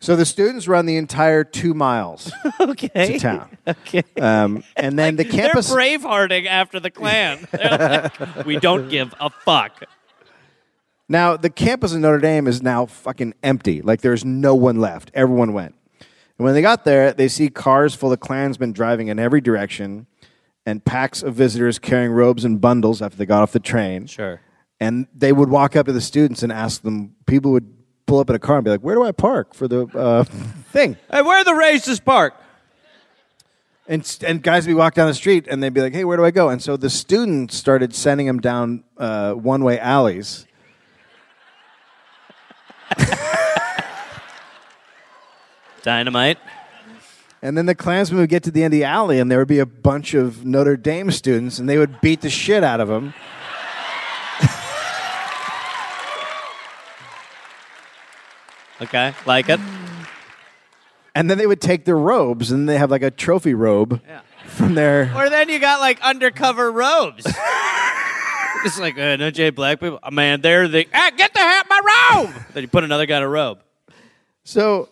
Speaker 2: So the students run the entire two miles
Speaker 1: Okay.
Speaker 2: to town.
Speaker 1: Okay.
Speaker 2: Um, and then the campus.
Speaker 1: They're bravehearting after the Klan. They're like, we don't give a fuck.
Speaker 2: Now, the campus of Notre Dame is now fucking empty. Like, there's no one left. Everyone went. And when they got there, they see cars full of Klansmen driving in every direction and packs of visitors carrying robes and bundles after they got off the train.
Speaker 1: Sure.
Speaker 2: And they would walk up to the students and ask them, people would pull up in a car and be like, where do I park for the uh, thing?
Speaker 1: Hey, where the racist park?
Speaker 2: And, s- and guys would walk down the street and they'd be like, hey, where do I go? And so the students started sending them down uh, one way alleys.
Speaker 1: Dynamite.
Speaker 2: And then the Klansmen would get to the end of the alley, and there would be a bunch of Notre Dame students, and they would beat the shit out of them.
Speaker 1: Okay, like it.
Speaker 2: And then they would take their robes, and they have like a trophy robe
Speaker 1: Yeah.
Speaker 2: from their.
Speaker 1: Or then you got like undercover robes. it's like uh, no Jay Black people. Oh, man, they're the ah, get the hat my robe. then you put another guy in a robe.
Speaker 2: So,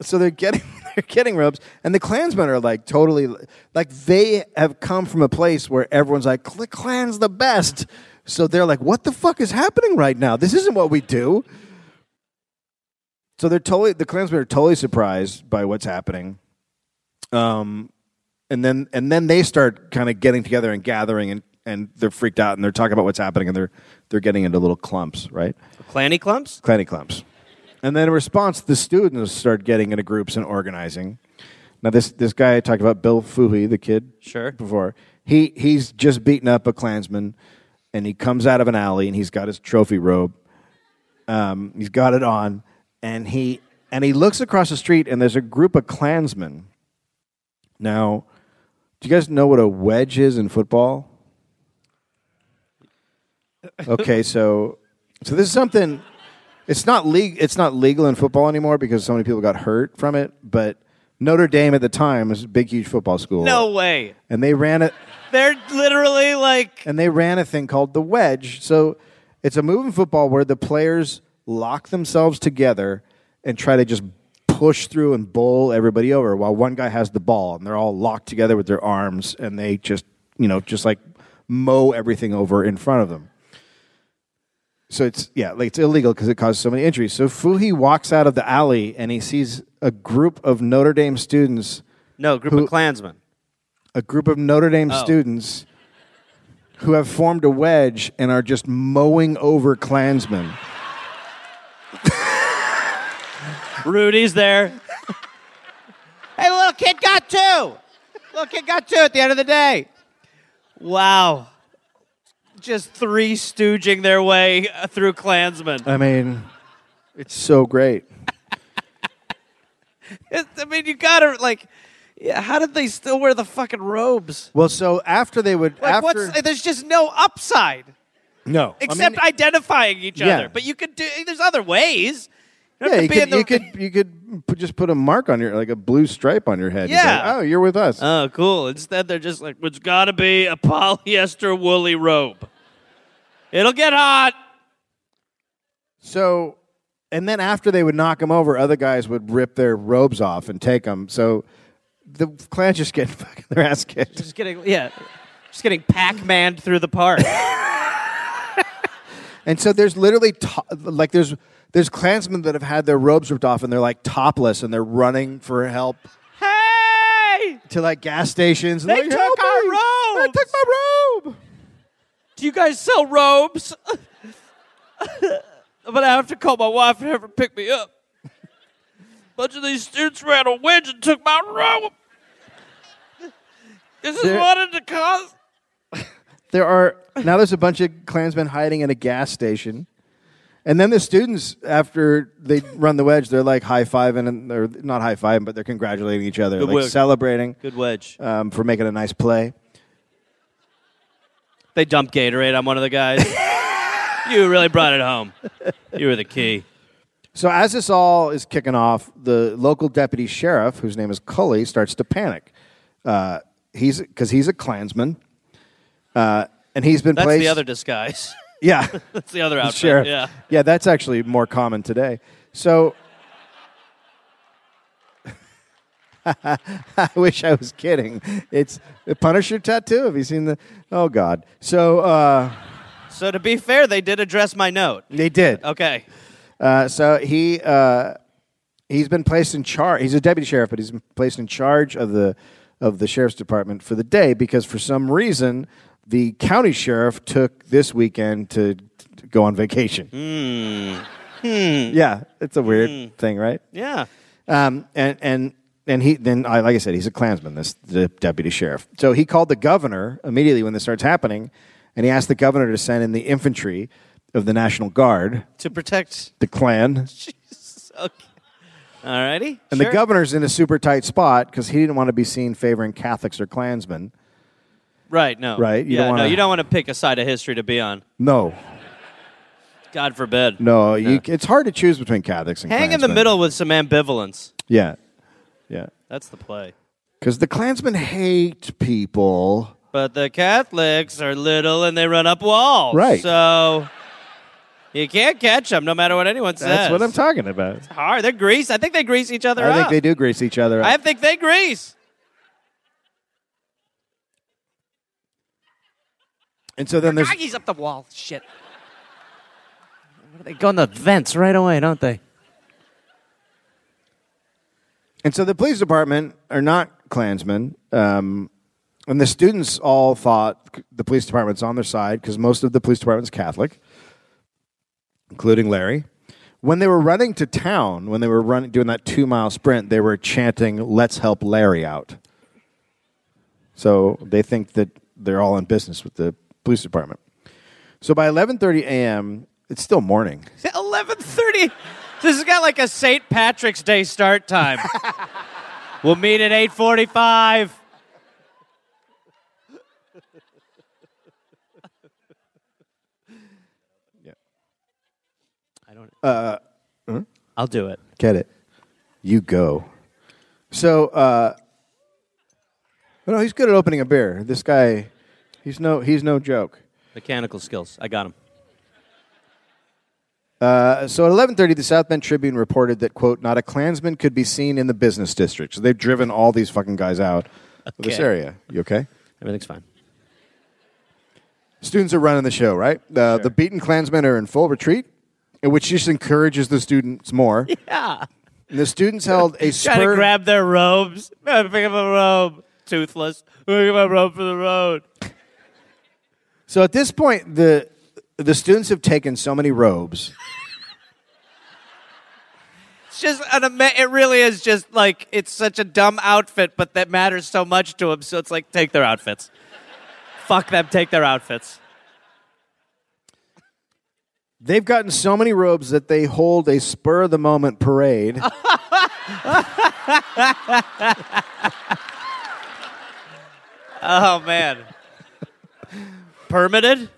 Speaker 2: so they're getting they're getting robes, and the Klansmen are like totally like they have come from a place where everyone's like the Klan's the best. So they're like, what the fuck is happening right now? This isn't what we do. So they're totally the Klansmen are totally surprised by what's happening. Um, and then and then they start kind of getting together and gathering and and they're freaked out and they're talking about what's happening and they're they're getting into little clumps, right?
Speaker 1: Clanny clumps.
Speaker 2: Clanny clumps. And then in response, the students start getting into groups and organizing. Now, this, this guy I talked about, Bill Fuhi, the kid
Speaker 1: Sure.
Speaker 2: before, he, he's just beaten up a Klansman, and he comes out of an alley, and he's got his trophy robe. Um, he's got it on, and he, and he looks across the street, and there's a group of Klansmen. Now, do you guys know what a wedge is in football? Okay, so so this is something. It's not league. It's not legal in football anymore because so many people got hurt from it. But Notre Dame at the time was a big, huge football school.
Speaker 1: No way.
Speaker 2: and they ran it.
Speaker 1: They're literally like
Speaker 2: And they ran a thing called the wedge. So it's a move in football where the players lock themselves together and try to just push through and bowl everybody over while one guy has the ball and they're all locked together with their arms and they just, you know, just like mow everything over in front of them. So it's yeah, like it's illegal because it caused so many injuries. So Fuhi walks out of the alley and he sees a group of Notre Dame students
Speaker 1: no group
Speaker 2: Who-
Speaker 1: of Klansmen.
Speaker 2: a group of Notre Dame
Speaker 1: Oh.
Speaker 2: students who have formed a wedge and are just mowing over Klansmen.
Speaker 1: Rudy's there. hey, the little kid got two. Little kid got two at the end of the day. Wow. Just three stooging their way uh, through Klansmen.
Speaker 2: I mean, it's so great.
Speaker 1: It- I mean, you gotta like. Yeah, how did they still wear the fucking robes?
Speaker 2: Well, so after they would
Speaker 1: Like,
Speaker 2: after
Speaker 1: what's there's just no upside
Speaker 2: no
Speaker 1: except identifying each
Speaker 2: Yeah.
Speaker 1: other. But you could do. There's other ways. You don't
Speaker 2: yeah,
Speaker 1: have
Speaker 2: you
Speaker 1: to be
Speaker 2: could,
Speaker 1: in the-
Speaker 2: you could you could put, just put a mark on your like a blue stripe on your head. It's
Speaker 1: Yeah.
Speaker 2: like, oh, you're with us.
Speaker 1: Oh, cool. Instead, they're just like, it's got to be a polyester woolly robe. It'll get hot.
Speaker 2: So, and then after they would knock them over, other guys would rip their robes off and take them. So the Klan just get fucking their ass kicked.
Speaker 1: Just getting, yeah, just getting Pac Man through the park.
Speaker 2: And so there's literally to- like there's there's Klansmen that have had their robes ripped off and they're like topless and they're running for help
Speaker 1: hey!
Speaker 2: to like gas stations.
Speaker 1: They
Speaker 2: like,
Speaker 1: took
Speaker 2: "Help
Speaker 1: our
Speaker 2: me! I
Speaker 1: robes!"
Speaker 2: took my robe.
Speaker 1: Do you guys sell robes? I'm going to have to call my wife and have her pick me up. Bunch of these students ran a wedge and took my robe. This is
Speaker 2: There-
Speaker 1: what it costs.
Speaker 2: There are now there's a bunch of Klansmen hiding in a gas station. And then the students, after they run the wedge, they're like high fiving, and they're not high fiving, but they're congratulating each other,
Speaker 1: Good
Speaker 2: like
Speaker 1: work.
Speaker 2: celebrating
Speaker 1: Good wedge.
Speaker 2: um, for making a nice play.
Speaker 1: They dumped Gatorade on one of the guys. you really brought it home. You were the key.
Speaker 2: So as this all is kicking off, the local deputy sheriff, whose name is Cully, starts to panic. Uh, he's because he's a Klansman, uh, and he's been
Speaker 1: That's
Speaker 2: placed.
Speaker 1: the other disguise.
Speaker 2: yeah,
Speaker 1: That's the other outfit.
Speaker 2: sheriff.
Speaker 1: Yeah.
Speaker 2: yeah, that's actually more common today. So I wish I was kidding. It's the Punisher tattoo. Have you seen the? Oh God. So uh,
Speaker 3: So to be fair, they did address my note.
Speaker 2: they did.
Speaker 3: Okay.
Speaker 2: Uh, so he uh, he's been placed in charge. He's a deputy sheriff, but he's been placed in charge of the of the sheriff's department for the day because for some reason the county sheriff took this weekend to, to go on vacation. Yeah, it's a weird thing, right?
Speaker 3: Yeah.
Speaker 2: Um, and and and he then I like I said he's a Klansman, this the deputy sheriff. So he called the governor immediately when this starts happening, and he asked the governor to send in the infantry of the National Guard,
Speaker 3: To protect.
Speaker 2: the Klan,
Speaker 3: Jesus. Okay. Alrighty.
Speaker 2: and the
Speaker 3: Sure.
Speaker 2: governor's in a super tight spot because he didn't want to be seen favoring Catholics or Klansmen.
Speaker 3: Right. No.
Speaker 2: Right, you
Speaker 3: yeah.
Speaker 2: don't wanna-
Speaker 3: No. You don't want to pick a side of history to be on.
Speaker 2: No,
Speaker 3: God forbid.
Speaker 2: no, you, it's hard to choose between Catholics and
Speaker 3: Hang in the
Speaker 2: Klansmen.
Speaker 3: middle with some ambivalence.
Speaker 2: Yeah, yeah,
Speaker 3: That's the play.
Speaker 2: because the Klansmen hate people.
Speaker 3: But the Catholics are little and they run up walls.
Speaker 2: Right.
Speaker 3: So you can't catch them, no matter what anyone says.
Speaker 2: That's what I'm talking about.
Speaker 3: Hard. They're grease. I think they grease each other
Speaker 2: I
Speaker 3: up.
Speaker 2: think they do grease each other. up.
Speaker 3: I think they grease.
Speaker 2: and so then there's
Speaker 3: Doggies up the wall. Shit. They go in the vents right away, don't they?
Speaker 2: And so the police department are not Klansmen. Um, and the students all thought c- the police department's on their side because most of the police department's Catholic, including Larry. When they were running to town, when they were running, doing that two mile sprint, they were chanting, Let's help Larry out. So they think that they're all in business with the police department. So by 11:30 a.m., it's still morning.
Speaker 3: Eleven thirty. This has got like a St. Patrick's Day start time. we'll meet at eight forty-five.
Speaker 2: Yeah. Uh,
Speaker 3: I don't. I'll do it.
Speaker 2: Get it? You go. So, uh, no, he's good at opening a beer. This guy, he's no, he's no joke.
Speaker 3: Mechanical skills. I got them.
Speaker 2: Uh, so at 11:30, the South Bend Tribune reported that quote, not a Klansman could be seen in the business district. So they've driven all these fucking guys out of this
Speaker 3: Okay.
Speaker 2: area. You okay?
Speaker 3: Everything's fine.
Speaker 2: Students are running the show, right? Uh, The beaten Klansmen are in full retreat, which just encourages the students more.
Speaker 3: Yeah.
Speaker 2: And the students held a
Speaker 3: Trying to
Speaker 2: spur.
Speaker 3: grab their robes. Uh, Pick up a robe. Toothless. Pick up a robe for the road.
Speaker 2: So at this point, the the students have taken so many robes.
Speaker 3: It's just an ama- it really is just like it's such a dumb outfit, but that matters so much to him. So it's like take their outfits. Fuck them, take their outfits.
Speaker 2: They've gotten so many robes that they hold a spur of the moment parade.
Speaker 3: Oh man. Permitted?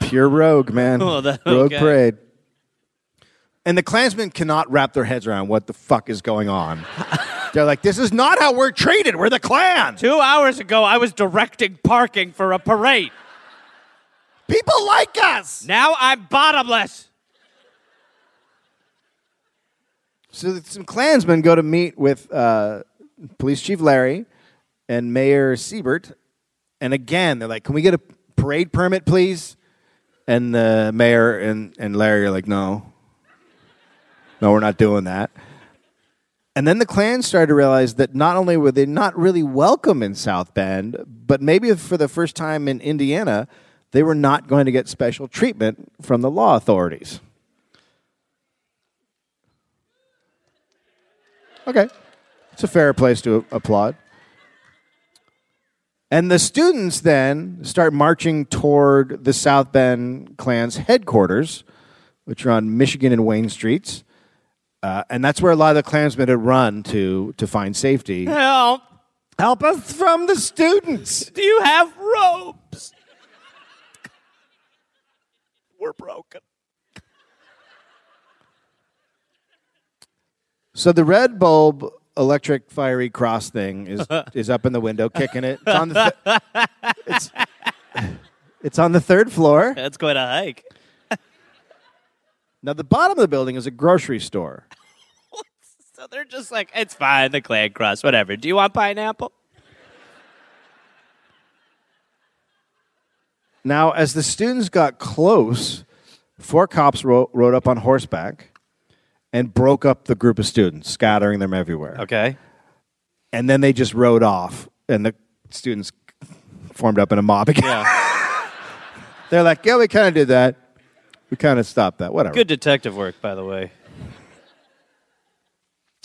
Speaker 2: Pure rogue, man.
Speaker 3: Oh, that-
Speaker 2: rogue
Speaker 3: okay.
Speaker 2: parade. And the Klansmen cannot wrap their heads around what the fuck is going on. They're like, this is not how we're treated. We're the Klan.
Speaker 3: Two hours ago I was directing parking for a parade.
Speaker 2: People like us.
Speaker 3: Now I'm bottomless.
Speaker 2: So th- some Klansmen go to meet with uh, Police Chief Larry and Mayor Siebert. And again, they're like, can we get a parade permit, please? And the mayor and, and Larry are like, no. No, we're not doing that. And then the Klan started to realize that not only were they not really welcome in South Bend, but maybe for the first time in Indiana, they were not going to get special treatment from the law authorities. Okay. It's a fair place to applaud. And the students then start marching toward the South Bend Klan's headquarters, which are on Michigan and Wayne Streets. Uh, and that's where a lot of the Klansmen had run to to find safety.
Speaker 3: Help.
Speaker 2: Help us from the students.
Speaker 3: Do you have robes? We're broken.
Speaker 2: So the red bulb electric fiery cross thing is is up in the window kicking it. It's on the th- it's, it's on the third floor.
Speaker 3: That's quite a hike.
Speaker 2: Now, the bottom of the building is a grocery store.
Speaker 3: So they're just like, it's fine, the clan crust, whatever. Do you want pineapple?
Speaker 2: Now, as the students got close, four cops ro- rode up on horseback and broke up the group of students, scattering them everywhere.
Speaker 3: Okay.
Speaker 2: And then they just rode off, and the students formed up in a mob again.
Speaker 3: Yeah.
Speaker 2: They're like, yeah, we kind of did that. We kind of stopped that. Whatever.
Speaker 3: Good detective work, by the way.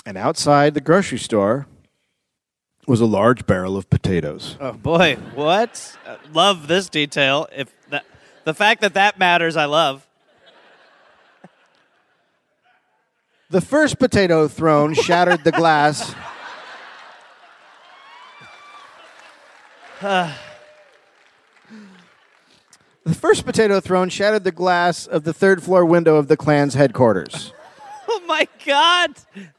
Speaker 2: And outside the grocery store was a large barrel of potatoes.
Speaker 3: Oh boy, what? Uh, love this detail. If that, the fact that that matters, I love.
Speaker 2: The first potato thrown shattered the glass. the first potato thrown shattered the glass of the third floor window of the Klan's headquarters.
Speaker 3: Oh my God,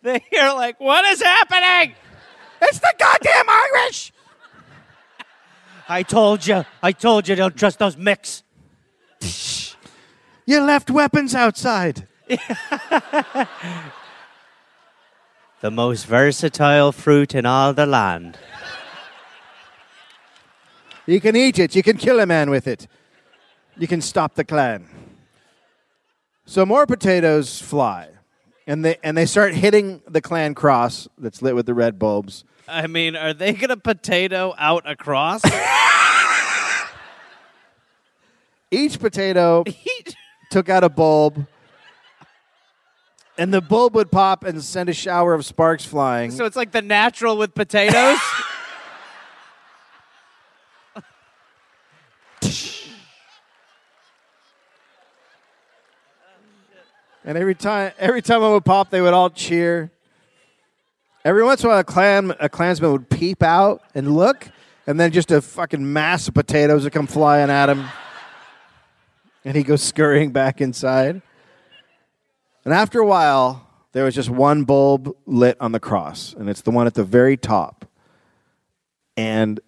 Speaker 3: they are like, what is happening?
Speaker 2: it's the goddamn Irish!
Speaker 3: I told you, I told you, don't trust those mix.
Speaker 2: You left weapons outside.
Speaker 3: The most versatile fruit in all the land.
Speaker 2: You can eat it. You can kill a man with it. You can stop the clan. So more potatoes fly, and they and they start hitting the clan cross that's lit with the red bulbs.
Speaker 3: I mean, are they gonna potato out across?
Speaker 2: Each potato took out a bulb, and the bulb would pop and send a shower of sparks flying.
Speaker 3: so it's like the natural with potatoes.
Speaker 2: And every time, every time it would pop, they would all cheer. Every once in a while, a clan, a clansman would peep out and look, and then just a fucking mass of potatoes would come flying at him, and he goes scurrying back inside. And after a while, there was just one bulb lit on the cross, and it's the one at the very top. And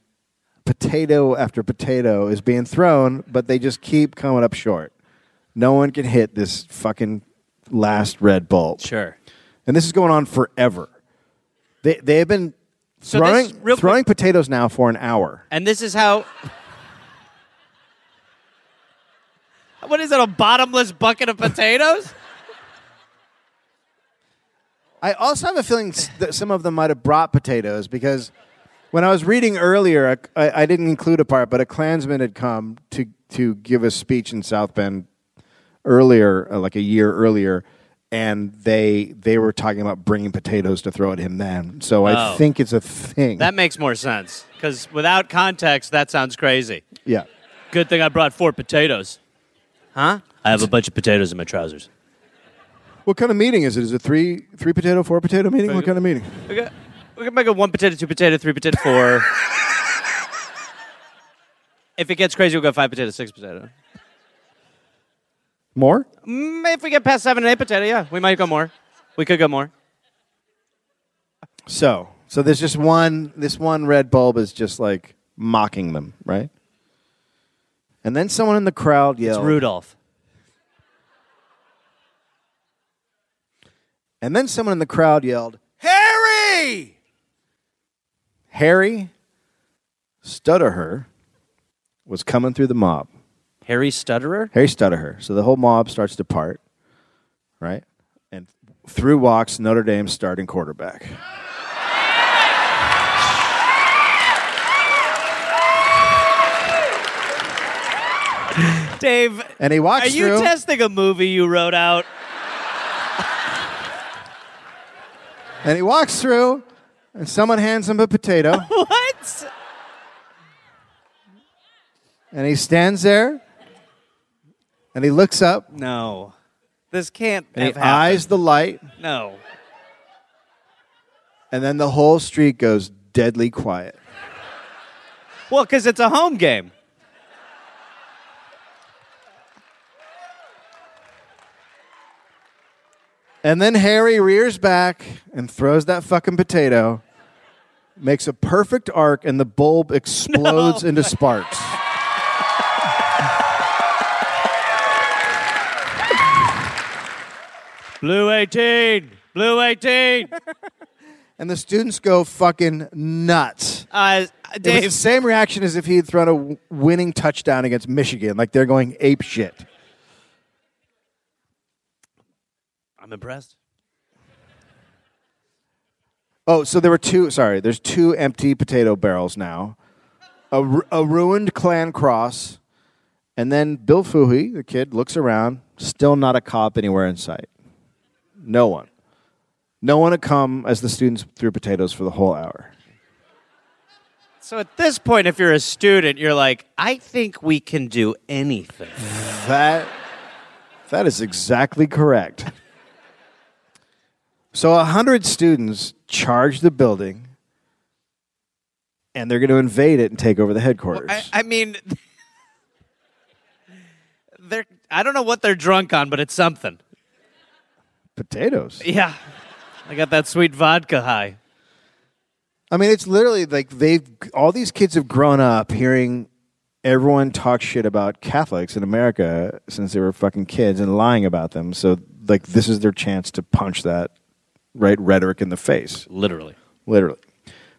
Speaker 2: potato after potato is being thrown, but they just keep coming up short. No one can hit this fucking last red bulb.
Speaker 3: sure.
Speaker 2: And this is going on forever. They they have been
Speaker 3: So
Speaker 2: throwing
Speaker 3: this- real
Speaker 2: throwing potatoes now for an hour.
Speaker 3: And this is how. What is it, a bottomless bucket of potatoes?
Speaker 2: I also have a feeling s- that some of them might have brought potatoes because when I was reading earlier, I, I, I didn't include a part, but a Klansman had come to to give a speech in South Bend earlier, uh, like a year earlier, and they they were talking about bringing potatoes to throw at him then. So I
Speaker 3: Oh.
Speaker 2: think it's a thing.
Speaker 3: that makes more sense. Because without context, that sounds crazy.
Speaker 2: yeah.
Speaker 3: Good thing I brought four potatoes. Huh? I have a bunch of potatoes in my trousers.
Speaker 2: What kind of meeting is it? Is it three three potato, four potato meeting? What kind of meeting?
Speaker 3: We got, we can make a one potato, two potato, three potato, four. if it gets crazy, we'll go five potato, six potato.
Speaker 2: More?
Speaker 3: Mm, If we get past seven and eight potato, yeah, we might go more. We could go more.
Speaker 2: So, so there's just one. This one red bulb is just like mocking them, right? And then someone in the crowd yelled,
Speaker 3: It's Rudolph.
Speaker 2: and then someone in the crowd yelled, "Harry!" Harry Stutterher was coming through the mob.
Speaker 3: Harry Stutterer?
Speaker 2: Harry Stutterher. So the whole mob starts to part, right? And through walks Notre Dame starting quarterback.
Speaker 3: Dave,
Speaker 2: And he
Speaker 3: Are
Speaker 2: walks
Speaker 3: you
Speaker 2: through.
Speaker 3: testing a movie you wrote out?
Speaker 2: and he walks through, and someone hands him a potato.
Speaker 3: What?
Speaker 2: And he stands there and he looks up
Speaker 3: No. This can't
Speaker 2: and he
Speaker 3: have happened.
Speaker 2: eyes the light,
Speaker 3: No.
Speaker 2: and then the whole street goes deadly quiet.
Speaker 3: Well, because it's a home game.
Speaker 2: And then Harry rears back and throws that fucking potato, makes a perfect arc, and the bulb explodes into sparks.
Speaker 3: Blue 18. Blue 18.
Speaker 2: And the students go fucking nuts.
Speaker 3: Uh,
Speaker 2: It was
Speaker 3: Dave,
Speaker 2: the same reaction as if he had thrown a w- winning touchdown against Michigan. Like they're going ape shit.
Speaker 3: I'm impressed.
Speaker 2: Oh, so there were two. Sorry, there's two empty potato barrels now. A, ru- a ruined clan cross, and then Bill Fuhi, the kid, looks around. Still not a cop anywhere in sight. No one. No one had come as the students threw potatoes for the whole hour.
Speaker 3: So at this point, if you're a student, you're like, I think we can do anything.
Speaker 2: That that is exactly correct. So a hundred students charge the building, and they're going to invade it and take over the headquarters.
Speaker 3: I, I mean, they're, I don't know what they're drunk on, but it's something.
Speaker 2: potatoes.
Speaker 3: Yeah. I got that sweet vodka high.
Speaker 2: I mean, it's literally like they've all these kids have grown up hearing everyone talk shit about Catholics in America since they were fucking kids and lying about them. So like this is their chance to punch that right rhetoric in the face,
Speaker 3: Literally.
Speaker 2: literally.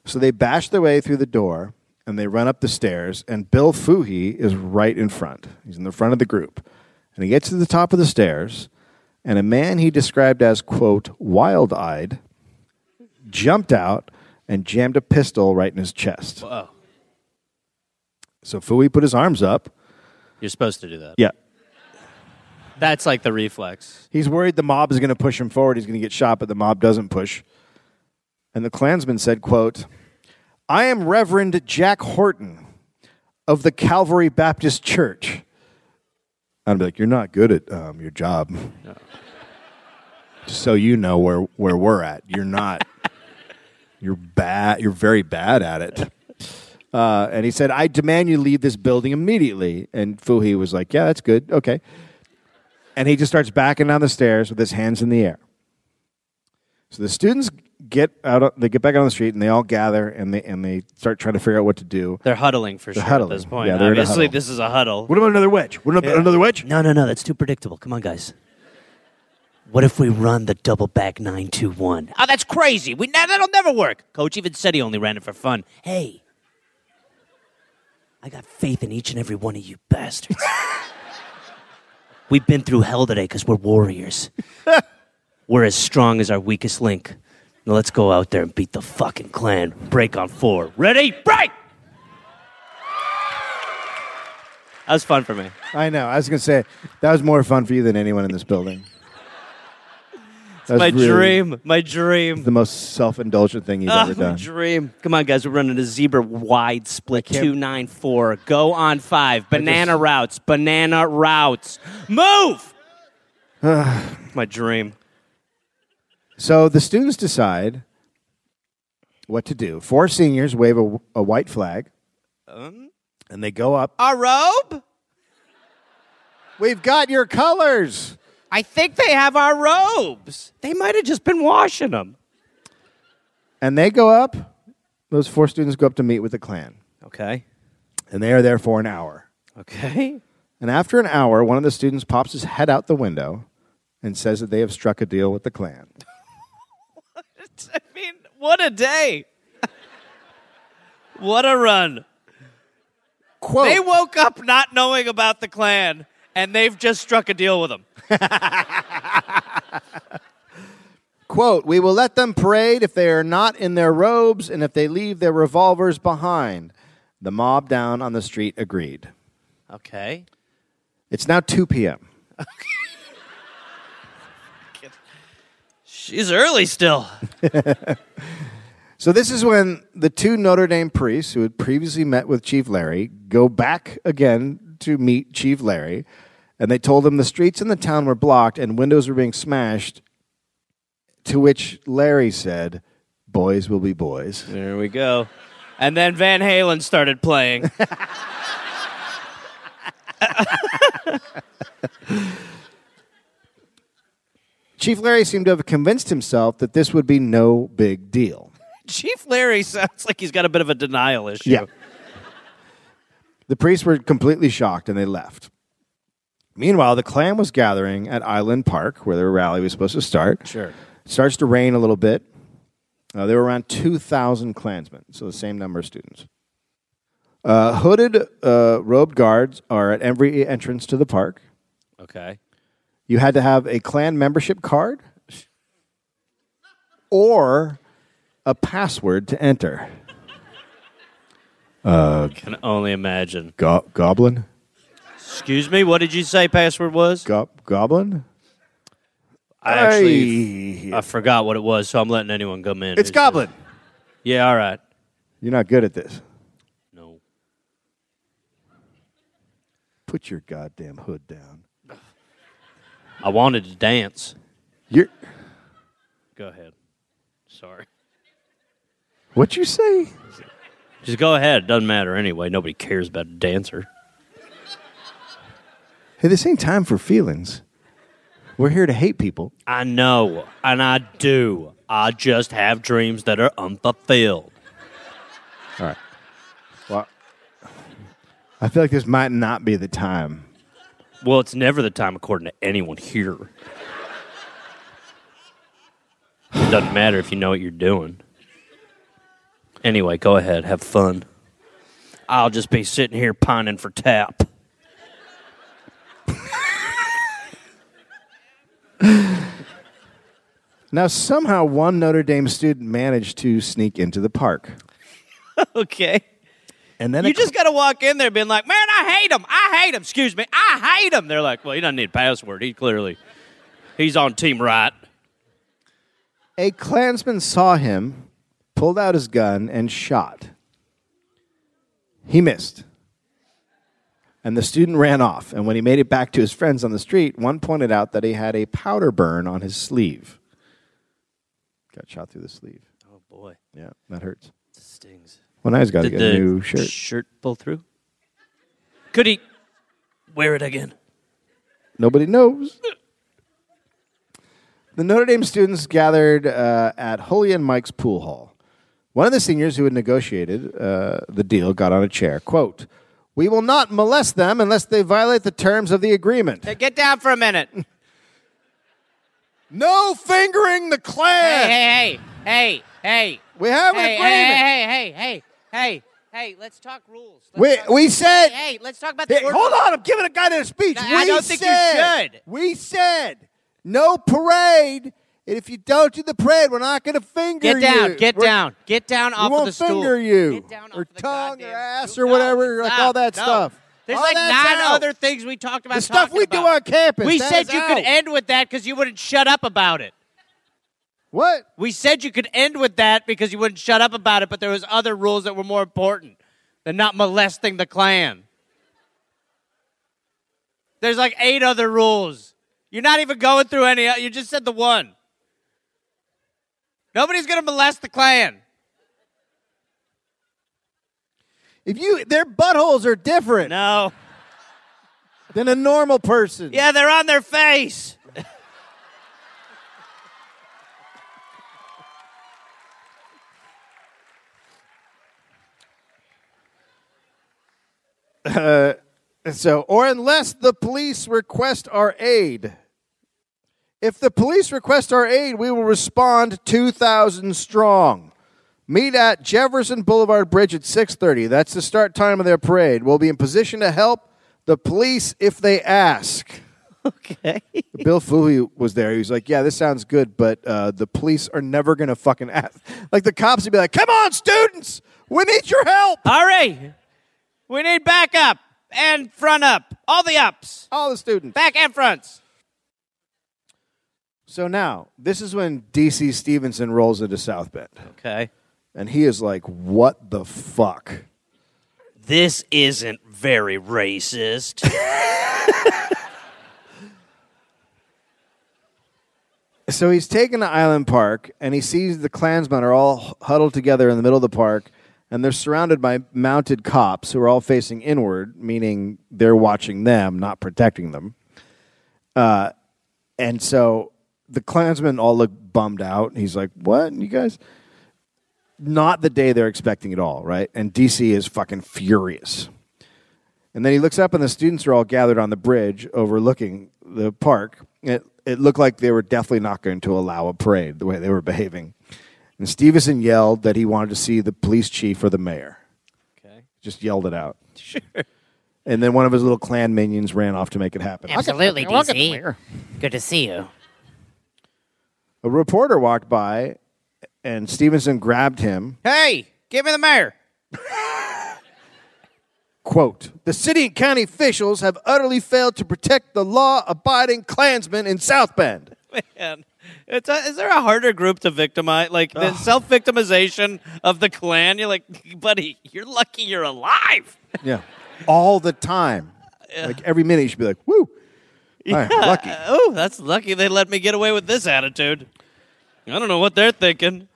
Speaker 2: So they bash their way through the door and they run up the stairs and Bill Fuhi is right in front. He's in the front of the group. And he gets to the top of the stairs and a man he described as quote wild-eyed jumped out and jammed a pistol right in his chest.
Speaker 3: Whoa.
Speaker 2: So Fui put his arms up.
Speaker 3: You're supposed to do that.
Speaker 2: Yeah.
Speaker 3: That's like the reflex.
Speaker 2: He's worried the mob is going to push him forward. He's going to get shot, but the mob doesn't push. And the Klansman said, quote, I am Reverend Jack Horton of the Calvary Baptist Church. I'd be like, you're not good at um, your job. Just so you know where, where we're at. You're not. you're bad. You're very bad at it. Uh, and he said, I demand you leave this building immediately. And Fuhi was like, yeah, that's good. Okay. And he just starts backing down the stairs with his hands in the air. So the students get out, on- they get back out on the street, and they all gather and they and they start trying to figure out what to do.
Speaker 3: They're huddling for sure
Speaker 2: huddling.
Speaker 3: at this point.
Speaker 2: Yeah, they're in a
Speaker 3: Obviously,
Speaker 2: huddle.
Speaker 3: this is a huddle.
Speaker 2: What about another wedge? What about another wedge?
Speaker 3: No, no, no. That's too predictable. Come on, guys. What if we run the double back nine two one? Oh, that's crazy. We now that'll never work. Coach even said he only ran it for fun. Hey, I got faith in each and every one of you bastards. We've been through hell today because we're warriors. we're as strong as our weakest link. Now let's go out there and beat the fucking clan. Break on four. Ready? Break. That was fun for me.
Speaker 2: I know. I was gonna say that was more fun for you than anyone in this building. That's
Speaker 3: my
Speaker 2: really
Speaker 3: dream. My dream.
Speaker 2: The most self-indulgent thing you've
Speaker 3: Ah,
Speaker 2: ever
Speaker 3: my
Speaker 2: done.
Speaker 3: dream. Come on, guys. We're running a zebra wide split.
Speaker 2: can't-
Speaker 3: Two nine four. Go on five. Banana routes. Banana routes. Move. my dream.
Speaker 2: So the students decide what to do. Four seniors wave a, a white flag, Um. and they go up.
Speaker 3: Our robe.
Speaker 2: We've got your colors.
Speaker 3: I think they have our robes. They might have just been washing them.
Speaker 2: And they go up, those four students go up to meet with the Klan.
Speaker 3: Okay.
Speaker 2: And they are there for an hour.
Speaker 3: Okay.
Speaker 2: And after an hour, one of the students pops his head out the window and says that they have struck a deal with the Klan.
Speaker 3: I mean, what a day. what a run.
Speaker 2: Quote
Speaker 3: They woke up not knowing about the Klan, and they've just struck a deal with them.
Speaker 2: Quote, we will let them parade if they are not in their robes and if they leave their revolvers behind. The mob down on the street agreed.
Speaker 3: Okay.
Speaker 2: It's now 2 p.m.
Speaker 3: She's early still.
Speaker 2: So this is when the two Notre Dame priests who had previously met with Chief Larry go back again to meet Chief Larry, and they told him the streets in the town were blocked and windows were being smashed. To which Larry said, "Boys will be boys."
Speaker 3: There we go. And then Van Halen started playing.
Speaker 2: Chief Larry seemed to have convinced himself that this would be no big deal.
Speaker 3: Chief Larry sounds like he's got a bit of a denial issue.
Speaker 2: Yeah. The priests were completely shocked and they left. Meanwhile, the clan was gathering at Island Park where the rally was supposed to start.
Speaker 3: Sure.
Speaker 2: Starts to rain a little bit. Uh, there were around 2,000 Klansmen, so the same number of students. Uh, hooded, uh, robed guards are at every entrance to the park.
Speaker 1: Okay.
Speaker 2: You had to have a Klan membership card or a password to enter.
Speaker 1: Can only imagine.
Speaker 2: Go- goblin?
Speaker 1: Excuse me, what did you say password was?
Speaker 2: Go- goblin?
Speaker 1: I actually
Speaker 2: Hey.
Speaker 1: I forgot what it was, so I'm letting anyone come in.
Speaker 2: It's
Speaker 1: Who says-
Speaker 2: Goblin.
Speaker 1: Yeah, all right.
Speaker 2: You're not good at this.
Speaker 1: No.
Speaker 2: Put your goddamn hood down.
Speaker 1: I wanted to dance.
Speaker 2: You're,
Speaker 1: Go ahead. Sorry.
Speaker 2: what you say?
Speaker 1: Just go ahead. It doesn't matter anyway. Nobody cares about a dancer.
Speaker 2: Hey, this ain't time for feelings. We're here to hate people.
Speaker 1: I know, and I do. I just have dreams that are unfulfilled.
Speaker 2: All right. Well, I feel like this might not be the time.
Speaker 1: Well, it's never the time, according to anyone here. It doesn't matter if you know what you're doing. Anyway, go ahead, have fun. I'll just be sitting here pining for tap.
Speaker 2: Now, somehow, one Notre Dame student managed to sneak into the park.
Speaker 1: Okay.
Speaker 2: And then
Speaker 1: You
Speaker 2: a-
Speaker 1: just got to walk in there being like, man, I hate him. I hate him. Excuse me. I hate him. They're like, well, he doesn't need a password. He clearly, he's on team right.
Speaker 2: a Klansman saw him, pulled out his gun, and shot. He missed. And the student ran off. And when he made it back to his friends on the street, one pointed out that he had a powder burn on his sleeve. Got shot through the sleeve.
Speaker 1: Oh, boy.
Speaker 2: Yeah, that hurts.
Speaker 1: This stings.
Speaker 2: Well, now he's got to
Speaker 1: Did
Speaker 2: get
Speaker 1: the
Speaker 2: a new shirt.
Speaker 1: pull through? Could he wear it again?
Speaker 2: Nobody knows. The Notre Dame students gathered uh, at Holy and Mike's pool hall. One of the seniors who had negotiated uh, the deal got on a chair. Quote, We will not molest them unless they violate the terms of the agreement.
Speaker 1: Get down for a minute.
Speaker 2: No fingering the Klan.
Speaker 3: hey, hey, hey, hey,
Speaker 2: We have an
Speaker 3: hey, hey,
Speaker 2: agreement.
Speaker 3: hey, hey, hey, hey, hey, let's talk rules. Let's talk-
Speaker 2: We, we said.
Speaker 3: hey, let's talk about the
Speaker 2: Hey,
Speaker 3: word.
Speaker 2: hold on, I'm giving a guy their speech.
Speaker 3: No,
Speaker 2: we
Speaker 3: I don't think you
Speaker 2: said,
Speaker 3: should.
Speaker 2: We said no parade. And if you don't do the parade, we're not going to finger
Speaker 3: Get
Speaker 2: you.
Speaker 3: down, get
Speaker 2: We're-
Speaker 3: down, get down
Speaker 2: We
Speaker 3: off
Speaker 2: won't
Speaker 3: of the
Speaker 2: finger
Speaker 3: stool.
Speaker 2: you,
Speaker 3: Get down off
Speaker 2: or
Speaker 3: of the
Speaker 2: tongue, or
Speaker 3: goddamn
Speaker 2: ass,
Speaker 3: stool.
Speaker 2: or
Speaker 3: No,
Speaker 2: whatever, like
Speaker 3: stop.
Speaker 2: all that
Speaker 3: No.
Speaker 2: stuff.
Speaker 3: There's
Speaker 2: All
Speaker 3: like nine
Speaker 2: that's out.
Speaker 3: other things we talked about.
Speaker 2: The stuff
Speaker 3: talking
Speaker 2: we do
Speaker 3: about.
Speaker 2: on campus,
Speaker 3: We
Speaker 2: that
Speaker 3: said
Speaker 2: is
Speaker 3: you could
Speaker 2: out.
Speaker 3: end with that because you wouldn't shut up about it.
Speaker 2: What?
Speaker 3: We said you could end with that because you wouldn't shut up about it, but there was other rules that were more important than not molesting the clan. There's like eight other rules. You're not even going through any. You just said the one. Nobody's gonna molest the clan.
Speaker 2: If you, their buttholes are different
Speaker 1: No.
Speaker 2: than a normal person.
Speaker 1: Yeah, they're on their face.
Speaker 2: So, or unless the police request our aid. If the police request our aid, we will respond 2,000 strong. Meet at Jefferson Boulevard Bridge at 6:30. That's the start time of their parade. We'll be in position to help the police if they ask.
Speaker 1: Okay.
Speaker 2: Bill Fuhy was there. He was like, "Yeah, this sounds good, but uh, the police are never gonna fucking ask." Like the cops would be like, "Come on, students, we need your help."
Speaker 1: Hurry. We need backup and front up. All the ups.
Speaker 2: All the students.
Speaker 1: Back and fronts.
Speaker 2: So now, this is when DC Stevenson rolls into South Bend.
Speaker 1: Okay.
Speaker 2: And he is like, what the fuck?
Speaker 1: This isn't very racist.
Speaker 2: So he's taken to Island Park and he sees the Klansmen are all huddled together in the middle of the park and they're surrounded by mounted cops who are all facing inward, meaning they're watching them, not protecting them. Uh, and so the Klansmen all look bummed out. And he's like, what? You guys? Not the day they're expecting it all, right? And DC is fucking furious. And then he looks up, and the students are all gathered on the bridge overlooking the park. It, it looked like they were definitely not going to allow a parade the way they were behaving. And Stevenson yelled that he wanted to see the police chief or the mayor.
Speaker 1: Okay.
Speaker 2: Just yelled it out. Sure. And then one of his little clan minions ran off to make it happen.
Speaker 4: Absolutely, DC. Good to see you.
Speaker 2: A reporter walked by, and Stevenson grabbed him.
Speaker 3: Hey, give me the mayor.
Speaker 2: Quote The city and county officials have utterly failed to protect the law abiding Klansmen in South Bend.
Speaker 1: Man, it's a, is there a harder group to victimize? Like the self victimization of the clan? You're like, buddy, you're lucky you're alive.
Speaker 2: Yeah. All the time. Like every minute, you should be like, woo. I'm lucky.
Speaker 1: Oh, that's lucky they let me get away with this attitude. I don't know what they're thinking.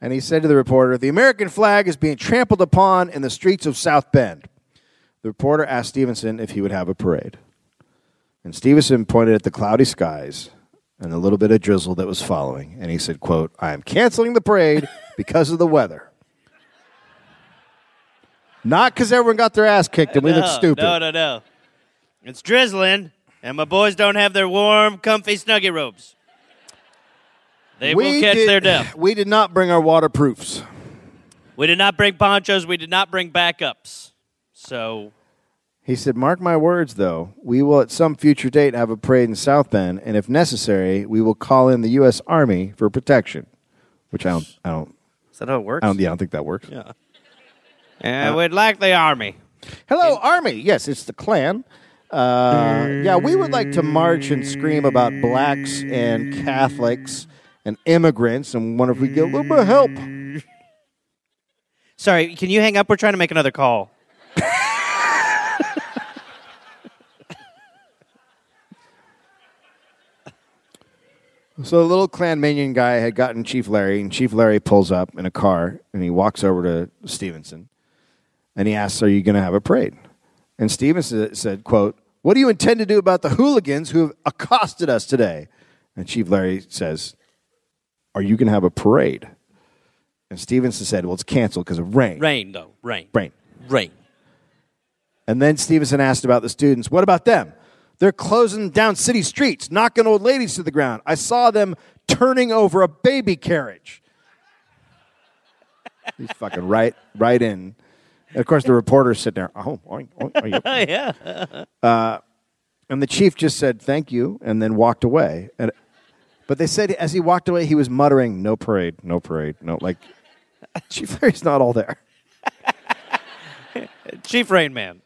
Speaker 2: And he said to the reporter, The American flag is being trampled upon in the streets of South Bend. The reporter asked Stevenson if he would have a parade. And Stevenson pointed at the cloudy skies and the little bit of drizzle that was following. And he said, quote, I am canceling the parade because of the weather. Not because everyone got their ass kicked and we look
Speaker 1: No,
Speaker 2: stupid.
Speaker 1: No, no, no. It's drizzling, and my boys don't have their warm, comfy snuggy robes. They will catch
Speaker 2: did,
Speaker 1: their death.
Speaker 2: We did not bring our waterproofs.
Speaker 1: We did not bring ponchos. We did not bring backups. So
Speaker 2: He said, Mark my words, though, we will at some future date have a parade in South Bend, and if necessary, we will call in the U.S. Army for protection. Which I don't, I don't,
Speaker 1: is that how it works?
Speaker 2: I don't, yeah, I don't think that works.
Speaker 1: Yeah, we'd like the army.
Speaker 2: Hello, Army. Yes, it's the Klan. Uh, yeah, we would like to march and scream about blacks and Catholics and immigrants and wonder if we get a little bit of help.
Speaker 1: Sorry, can you hang up? We're trying to make another call.
Speaker 2: So the little Klan minion guy had gotten Chief Larry, and Chief Larry pulls up in a car and he walks over to Stevenson and he asks, Are you going to have a parade? And Stevenson said, quote, What do you intend to do about the hooligans who have accosted us today? And Chief Larry says, Are you going to have a parade? And Stevenson said, Well, it's canceled because of rain.
Speaker 1: Rain though, rain,
Speaker 2: Rain.
Speaker 1: rain.
Speaker 2: And then Stevenson asked about the students. What about them? They're closing down city streets, knocking old ladies to the ground. I saw them turning over a baby carriage. He's fucking right, right in. And of course, the reporter's sitting there. Oh, oink, oink, oink.
Speaker 1: Yeah.
Speaker 2: And the chief just said, thank you, and then walked away. And, but they said as he walked away, he was muttering, no parade, no parade, no. Like, Chief Larry's not all there.
Speaker 1: Chief Rain Man.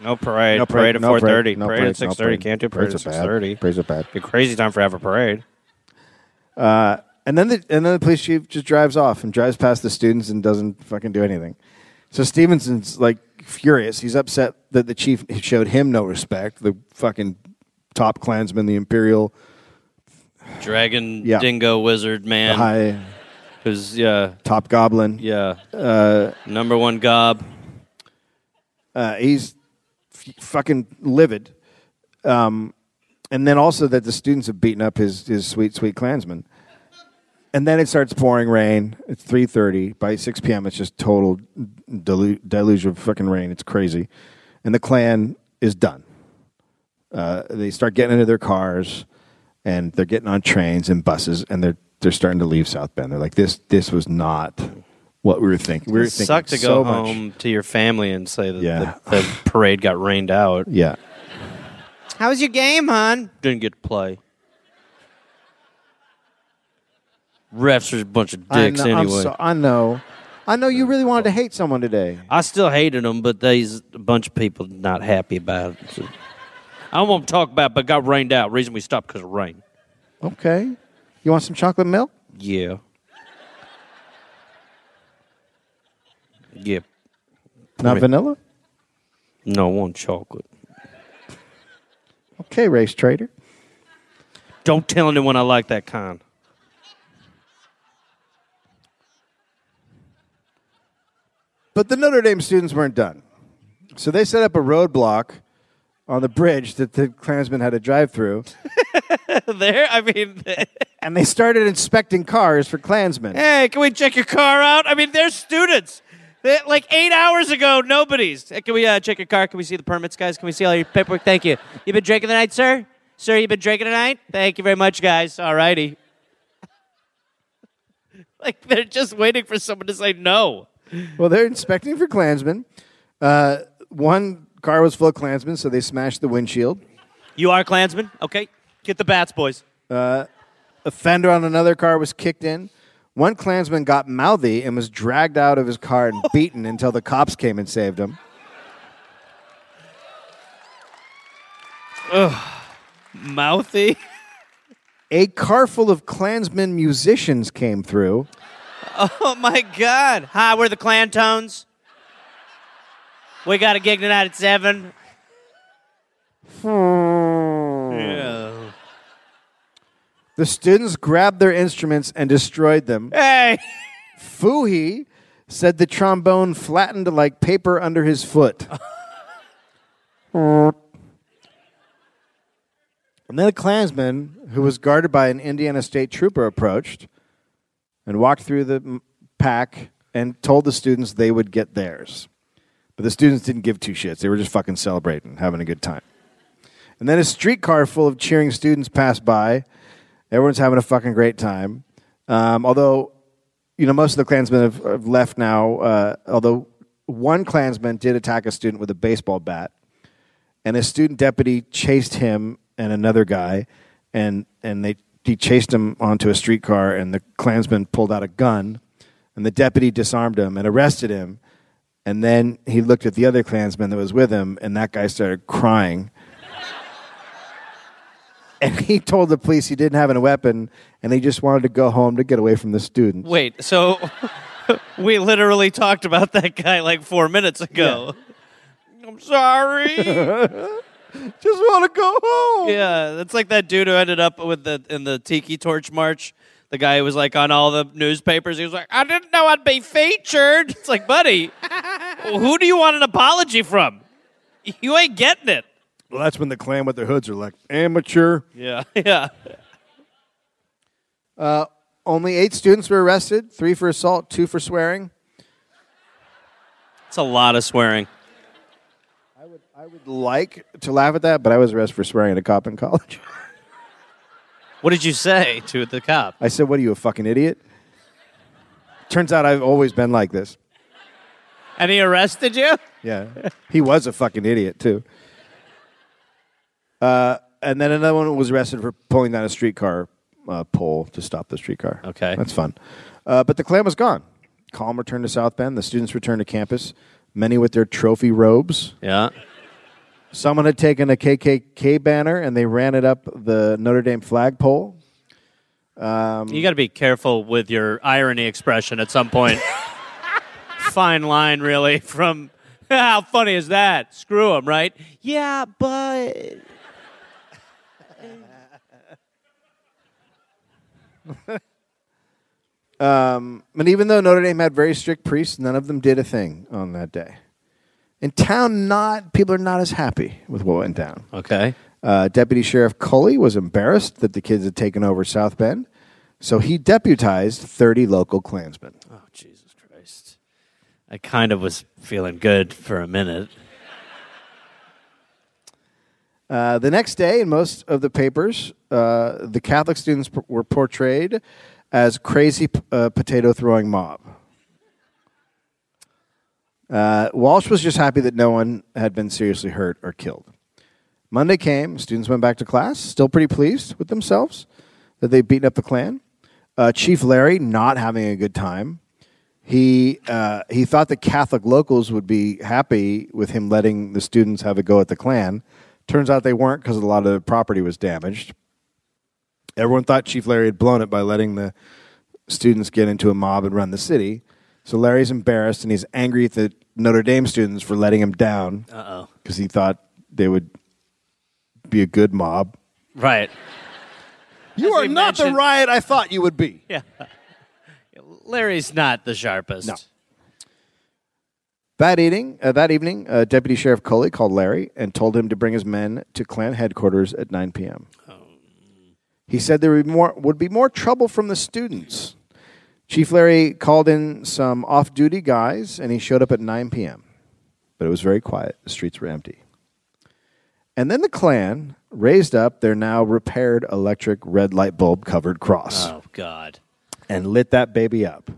Speaker 1: No parade.
Speaker 2: No
Speaker 1: parade, at
Speaker 2: no
Speaker 1: four thirty.
Speaker 2: no
Speaker 1: parade, at
Speaker 2: no
Speaker 1: six thirty. Can't do parade at
Speaker 2: Parades are
Speaker 1: six
Speaker 2: bad.
Speaker 1: thirty.
Speaker 2: Parades are bad.
Speaker 1: Be crazy time for have a parade.
Speaker 2: And then the and then the police chief just drives off and drives past the students and doesn't fucking do anything. So Stevenson's like furious. He's upset that the chief showed him no respect. The fucking top Klansman, the Imperial
Speaker 1: Dragon,
Speaker 2: Yeah.
Speaker 1: dingo, wizard man.
Speaker 2: high
Speaker 1: Who's yeah,
Speaker 2: top goblin.
Speaker 1: yeah. Uh, Number one gob.
Speaker 2: Uh, he's f- fucking livid. Um, and then also that the students have beaten up his his sweet sweet Klansman. And then it starts pouring rain. It's three thirty. By six p.m., it's just total delu- deluge of fucking rain. It's crazy, and the Klan is done. Uh, they start getting into their cars, and they're getting on trains and buses, and they're they're starting to leave South Bend. They're like this. This was not what we were thinking. We were
Speaker 1: It
Speaker 2: thinking
Speaker 1: sucked to go
Speaker 2: so much.
Speaker 1: home to your family and say that
Speaker 2: Yeah.
Speaker 1: the, the parade got rained out.
Speaker 2: Yeah.
Speaker 3: How was your game, hon?
Speaker 1: Didn't get to play. Refs are a bunch of
Speaker 2: I
Speaker 1: dicks
Speaker 2: know- I'm
Speaker 1: anyway.
Speaker 2: so- I know. I know you really wanted to hate someone today.
Speaker 1: I still hated them, but there's a bunch of people not happy about it. So- I won't talk about, it, but it got rained out. Reason we stopped because of rain.
Speaker 2: Okay. You want some chocolate milk?
Speaker 1: Yeah. Yeah.
Speaker 2: Not vanilla?
Speaker 1: No, I want chocolate.
Speaker 2: Okay, race trader.
Speaker 1: Don't tell anyone I like that kind.
Speaker 2: But the Notre Dame students weren't done. So they set up a roadblock on the bridge that the Klansmen had to drive through,
Speaker 1: there, I mean,
Speaker 2: and they started inspecting cars for Klansmen.
Speaker 1: hey, can we check your car out? I mean, they're students. They- like eight hours ago, nobody's. Hey, Can we uh, check your car? Can we see the permits, guys? Can we see all your paperwork? Thank you. You been drinking the night, sir? Sir, you been drinking tonight? Thank you very much, guys. All righty. Like they're just waiting for someone to say no.
Speaker 2: Well, they're inspecting for Klansmen. Uh, one car was full of Klansmen, so they smashed the windshield.
Speaker 1: You are Klansman? Okay. Get the bats, boys.
Speaker 2: A fender on another car was kicked in. One Klansman got mouthy and was dragged out of his car and beaten until the cops came and saved him.
Speaker 1: Mouthy.
Speaker 2: A car full of Klansmen musicians came through.
Speaker 1: Oh my God! Hi, we're the Clan Tones. We got a gig tonight at seven. Yeah.
Speaker 2: The students grabbed their instruments and destroyed them.
Speaker 1: Hey,
Speaker 2: Fuhi said the trombone flattened like paper under his foot. Another Klansman who was guarded by an Indiana State Trooper approached and walked through the m- pack and told the students they would get theirs. But the students didn't give two shits. They were just fucking celebrating, having a good time. And then a streetcar full of cheering students passed by. Everyone's having a fucking great time. Um, although, you know, most of the Klansmen have, have left now. Uh, although one Klansman did attack a student with a baseball bat, and a student deputy chased him and another guy, and and they he chased him onto a streetcar, and the Klansman pulled out a gun, and the deputy disarmed him and arrested him, and then he looked at the other Klansman that was with him, and that guy started crying. And he told the police he didn't have a weapon, and he just wanted to go home to get away from the students.
Speaker 1: wait. So we literally talked about that guy like four minutes ago. I'm sorry.
Speaker 2: Just want to go home.
Speaker 1: yeah, that's like that dude who ended up with the in the Tiki Torch March. The guy who was like on all the newspapers. He was like, I didn't know I'd be featured. It's like, buddy, who do you want an apology from? You ain't getting it.
Speaker 2: Well, that's when the clan with their hoods are like amateur.
Speaker 1: Yeah, yeah.
Speaker 2: Only eight students were arrested: three for assault, two for swearing.
Speaker 1: It's a lot of swearing.
Speaker 2: I would like to laugh at that, but I was arrested for swearing at a cop in college.
Speaker 1: What did you say to the cop?
Speaker 2: I said, "What are you, a fucking idiot?" Turns out I've always been like this.
Speaker 1: And he arrested you?
Speaker 2: Yeah, he was a fucking idiot too. Uh, and then another one was arrested for pulling down a streetcar uh, pole to stop the streetcar.
Speaker 1: Okay.
Speaker 2: that's fun. Uh, but the clan was gone. Calm returned to South Bend. The students returned to campus, many with their trophy robes.
Speaker 1: Yeah.
Speaker 2: Someone had taken a KKK banner and they ran it up the Notre Dame flagpole.
Speaker 1: You got to be careful with your irony expression at some point. Fine line, really, from how funny is that? Screw him, right? Yeah, but.
Speaker 2: And even though Notre Dame had very strict priests, none of them did a thing on that day. In town, not people are not as happy with what went down.
Speaker 1: Okay.
Speaker 2: Uh, Deputy Sheriff Cully was embarrassed that the kids had taken over South Bend, so he deputized 30 local Klansmen.
Speaker 1: Oh, Jesus Christ. I kind of was feeling good for a minute.
Speaker 2: Uh, the next day, in most of the papers, uh, the Catholic students p- were portrayed as crazy p- uh, potato throwing mob. Uh, Walsh was just happy that no one had been seriously hurt or killed. Monday came, students went back to class, still pretty pleased with themselves that they'd beaten up the Klan. Uh, Chief Larry not having a good time. He, uh, he thought the Catholic locals would be happy with him letting the students have a go at the Klan. Turns out they weren't because a lot of the property was damaged. Everyone thought Chief Larry had blown it by letting the students get into a mob and run the city. So Larry's embarrassed and he's angry at the Notre Dame students for letting him down
Speaker 1: Uh oh.
Speaker 2: because he thought they would be a good mob.
Speaker 1: Right.
Speaker 2: You
Speaker 1: As we mentioned-
Speaker 2: riot I thought you would be.
Speaker 1: Larry's not the sharpest.
Speaker 2: No. That evening, uh, that evening, uh, Deputy Sheriff Coley called Larry and told him to bring his men to Klan headquarters at 9 p.m. He said there would be more, would be more trouble from the students. Chief Larry called in some off-duty guys, and he showed up at 9 p.m. But it was very quiet. The streets were empty. And then the Klan raised up their now repaired electric red light bulb covered cross
Speaker 1: Oh God.
Speaker 2: and lit that baby up.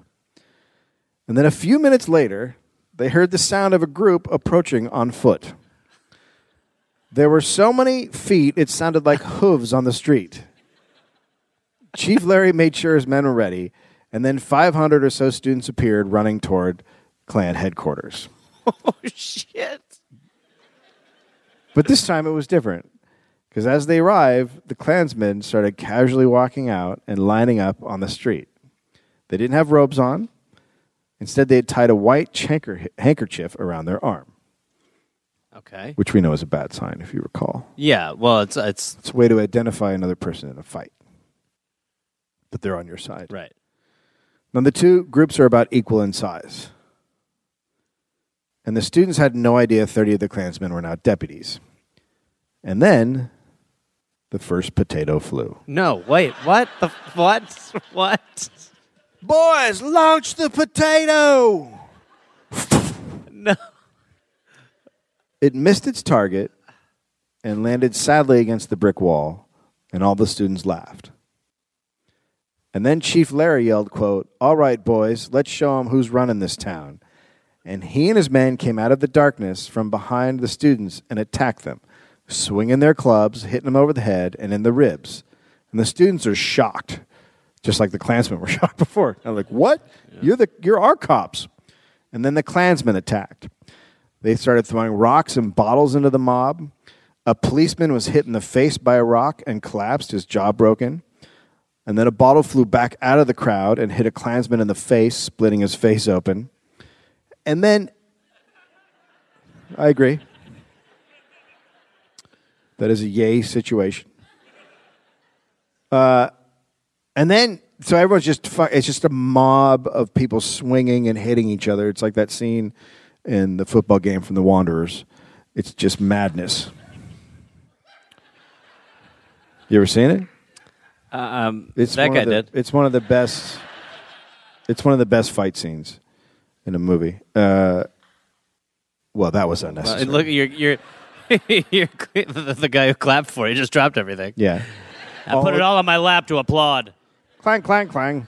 Speaker 2: And then a few minutes later, they heard the sound of a group approaching on foot. There were so many feet, it sounded like hooves on the street. Chief Larry made sure his men were ready, and then 500 or so students appeared running toward Klan headquarters.
Speaker 1: Oh shit.
Speaker 2: But this time it was different. Because as they arrived, the Klansmen started casually walking out and lining up on the street. They didn't have robes on. Instead, they had tied a white chanker- handkerchief around their arm,
Speaker 1: Okay.
Speaker 2: which we know is a bad sign, if you recall.
Speaker 1: Yeah. Well, it's it's
Speaker 2: It's a way to identify another person in a fight that they're on your side.
Speaker 1: right.
Speaker 2: Now, the two groups are about equal in size. And the students had no idea 30 of the Klansmen were now deputies. And then the first potato flew.
Speaker 1: No. Wait. What the what what?
Speaker 2: Boys, launch the potato!
Speaker 1: No.
Speaker 2: It missed its target and landed sadly against the brick wall, and all the students laughed. And then Chief Larry yelled, quote, All right, boys, let's show 'em who's running this town. And he and his men came out of the darkness from behind the students and attacked them, swinging their clubs, hitting them over the head and in the ribs. And the students are shocked, just like the Klansmen were shocked before. They're like, "What? You're the you're our cops!" And then the Klansmen attacked. They started throwing rocks and bottles into the mob. A policeman was hit in the face by a rock and collapsed, his jaw broken. And then a bottle flew back out of the crowd and hit a Klansman in the face, splitting his face open. And then, I agree. That is a yay situation. Uh, and then, so everyone's just, fu- it's just a mob of people swinging and hitting each other. It's like that scene in the football game from the Wanderers. It's just madness. You ever seen it?
Speaker 3: Uh,
Speaker 1: Um.
Speaker 2: It's
Speaker 1: that
Speaker 2: one
Speaker 1: guy
Speaker 2: of the,
Speaker 1: did.
Speaker 2: It's one of the best. It's one of the best fight scenes in a movie. Uh, well, that was
Speaker 1: Uh,
Speaker 2: unnecessary.
Speaker 1: and look, you're you're. You're the, the guy who clapped for you just dropped everything.
Speaker 2: yeah,
Speaker 1: I put it all on my lap to applaud.
Speaker 2: clang, clang, clang.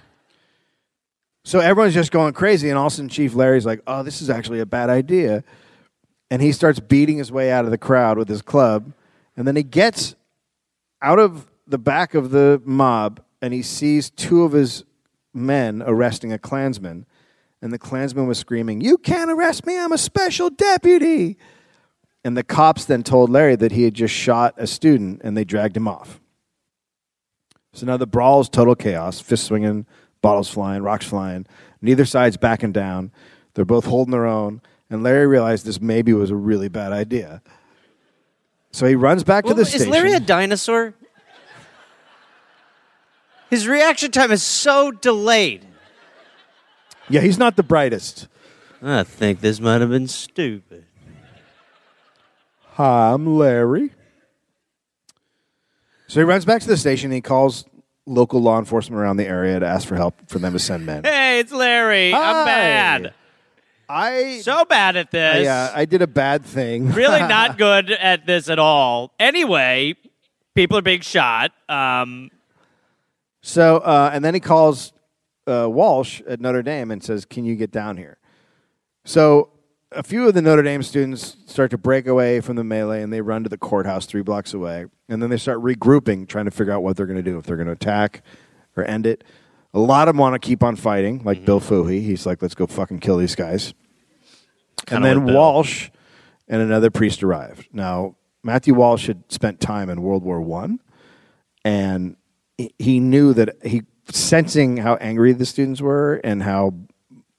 Speaker 2: So everyone's just going crazy, and all of a sudden, Chief Larry's like, "Oh, this is actually a bad idea," and he starts beating his way out of the crowd with his club, and then he gets out of the back of the mob and he sees two of his men arresting a Klansman. And the Klansman was screaming, You can't arrest me, I'm a special deputy. And the cops then told Larry that he had just shot a student and they dragged him off. So now the brawl is total chaos fists swinging, bottles flying, rocks flying. Neither side's backing down. They're both holding their own. And Larry realized this maybe was a really bad idea. So he runs back to the
Speaker 1: is
Speaker 2: station.
Speaker 1: Larry a dinosaur? His reaction time is so delayed.
Speaker 2: Yeah, he's not the brightest.
Speaker 1: I think this might have been stupid.
Speaker 2: Hi, I'm Larry. So he runs back to the station and he calls local law enforcement around the area to ask for help for them to send men.
Speaker 3: Hey, it's Larry.
Speaker 2: Hi.
Speaker 3: I'm bad.
Speaker 2: I
Speaker 3: So bad at this.
Speaker 2: yeah, I did a bad thing.
Speaker 3: really not good at this at all. Anyway, people are being shot. Um,
Speaker 2: So, uh, and then he calls uh, Walsh at Notre Dame and says, Can you get down here? So, a few of the Notre Dame students start to break away from the melee and they run to the courthouse three blocks away. And then they start regrouping, trying to figure out what they're going to do, if they're going to attack or end it. A lot of them want to keep on fighting,
Speaker 1: Mm-hmm.
Speaker 2: like Bill Fooey. He's like, Let's go fucking kill these guys. and
Speaker 1: Kinda
Speaker 2: then
Speaker 1: like Bill.
Speaker 2: Walsh and another priest arrived. Now, Matthew Walsh had spent time in World War One and he- he knew that he sensing how angry the students were and how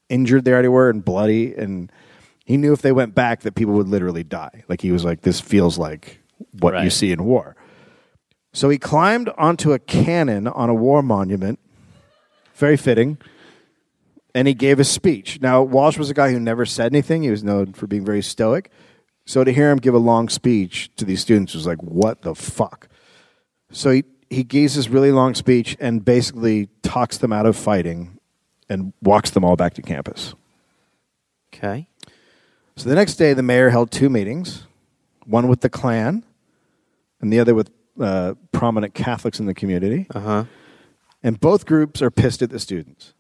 Speaker 2: injured they already were and bloody and he knew if they went back that people would literally die like he was like this feels like what you
Speaker 1: Right.
Speaker 2: see in war so he climbed onto a cannon on a war monument very fitting and he gave a speech now walsh was a guy who never said anything he was known for being very stoic so to hear him give a long speech to these students was like what the fuck so he, he gives this really long speech and basically talks them out of fighting and walks them all back to campus.
Speaker 1: Okay.
Speaker 2: So the next day, the mayor held two meetings one with the Klan and the other with uh, prominent Catholics in the community. Uh
Speaker 1: Uh-huh.
Speaker 2: huh. And both groups are pissed at the students.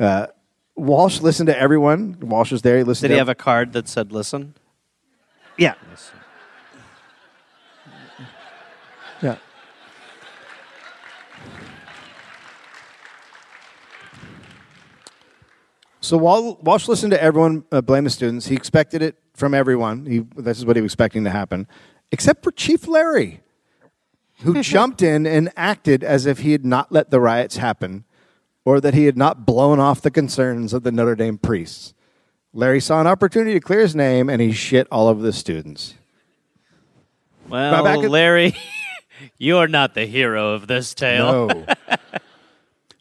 Speaker 2: Uh, Walsh listened to everyone. Walsh was there. He listened.
Speaker 1: Did he
Speaker 2: to
Speaker 1: have a card that said "Listen"?
Speaker 2: yeah? Yeah. So while Walsh listened to everyone uh, blame the students, he expected it from everyone. He, this is what he was expecting to happen, except for Chief Larry, who jumped in and acted as if he had not let the riots happen or that he had not blown off the concerns of the Notre Dame priests. Larry saw an opportunity to clear his name and he shit all over the students.
Speaker 1: Well,
Speaker 2: back at-
Speaker 1: Larry, you're not the hero of this tale.
Speaker 2: No.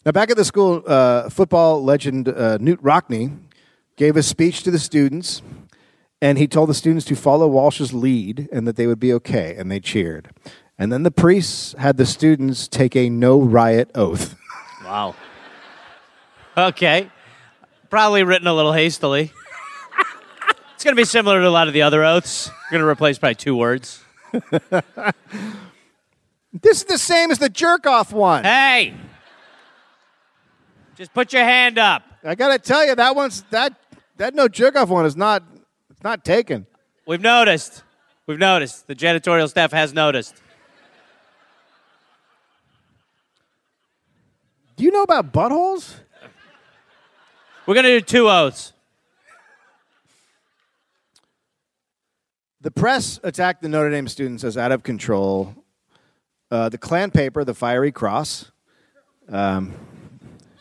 Speaker 2: now, back at the school, uh, football legend uh, Newt Rockney gave a speech to the students, and he told the students to follow Walsh's lead and that they would be okay, and they cheered. And then the priests had the students take a no riot oath.
Speaker 1: Wow. Okay. Probably written a little hastily. it's going to be similar to a lot of the other oaths. We're going to replace probably two words.
Speaker 2: this is the same as the jerk off one.
Speaker 3: Hey! Just put your hand up.
Speaker 2: I gotta tell you, that one's that that no jerk off one is not it's not taken.
Speaker 1: We've noticed. We've noticed. The janitorial staff has noticed.
Speaker 2: Do you know about buttholes?
Speaker 1: We're going to do two oaths.
Speaker 2: The press attacked the Notre Dame students as out of control. Uh, the Klan paper, the Fiery Cross, um,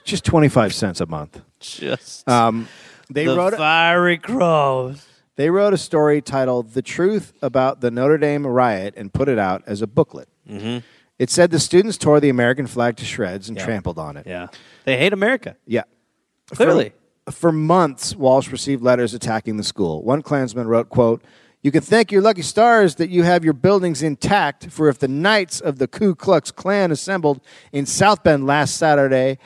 Speaker 2: just twenty five cents a month.
Speaker 1: Just
Speaker 2: Um, they
Speaker 1: the
Speaker 2: wrote
Speaker 1: fiery crows.
Speaker 2: they wrote a story titled "The Truth About the Notre Dame Riot" and put it out as a booklet. It said the students tore the American flag to shreds and trampled on it.
Speaker 1: Yeah. They hate America.
Speaker 2: Yeah.
Speaker 1: Clearly.
Speaker 2: For, for months, Walsh received letters attacking the school. One Klansman wrote, quote, You can thank your lucky stars that you have your buildings intact, for if the Knights of the Ku Klux Klan assembled in South Bend last Saturday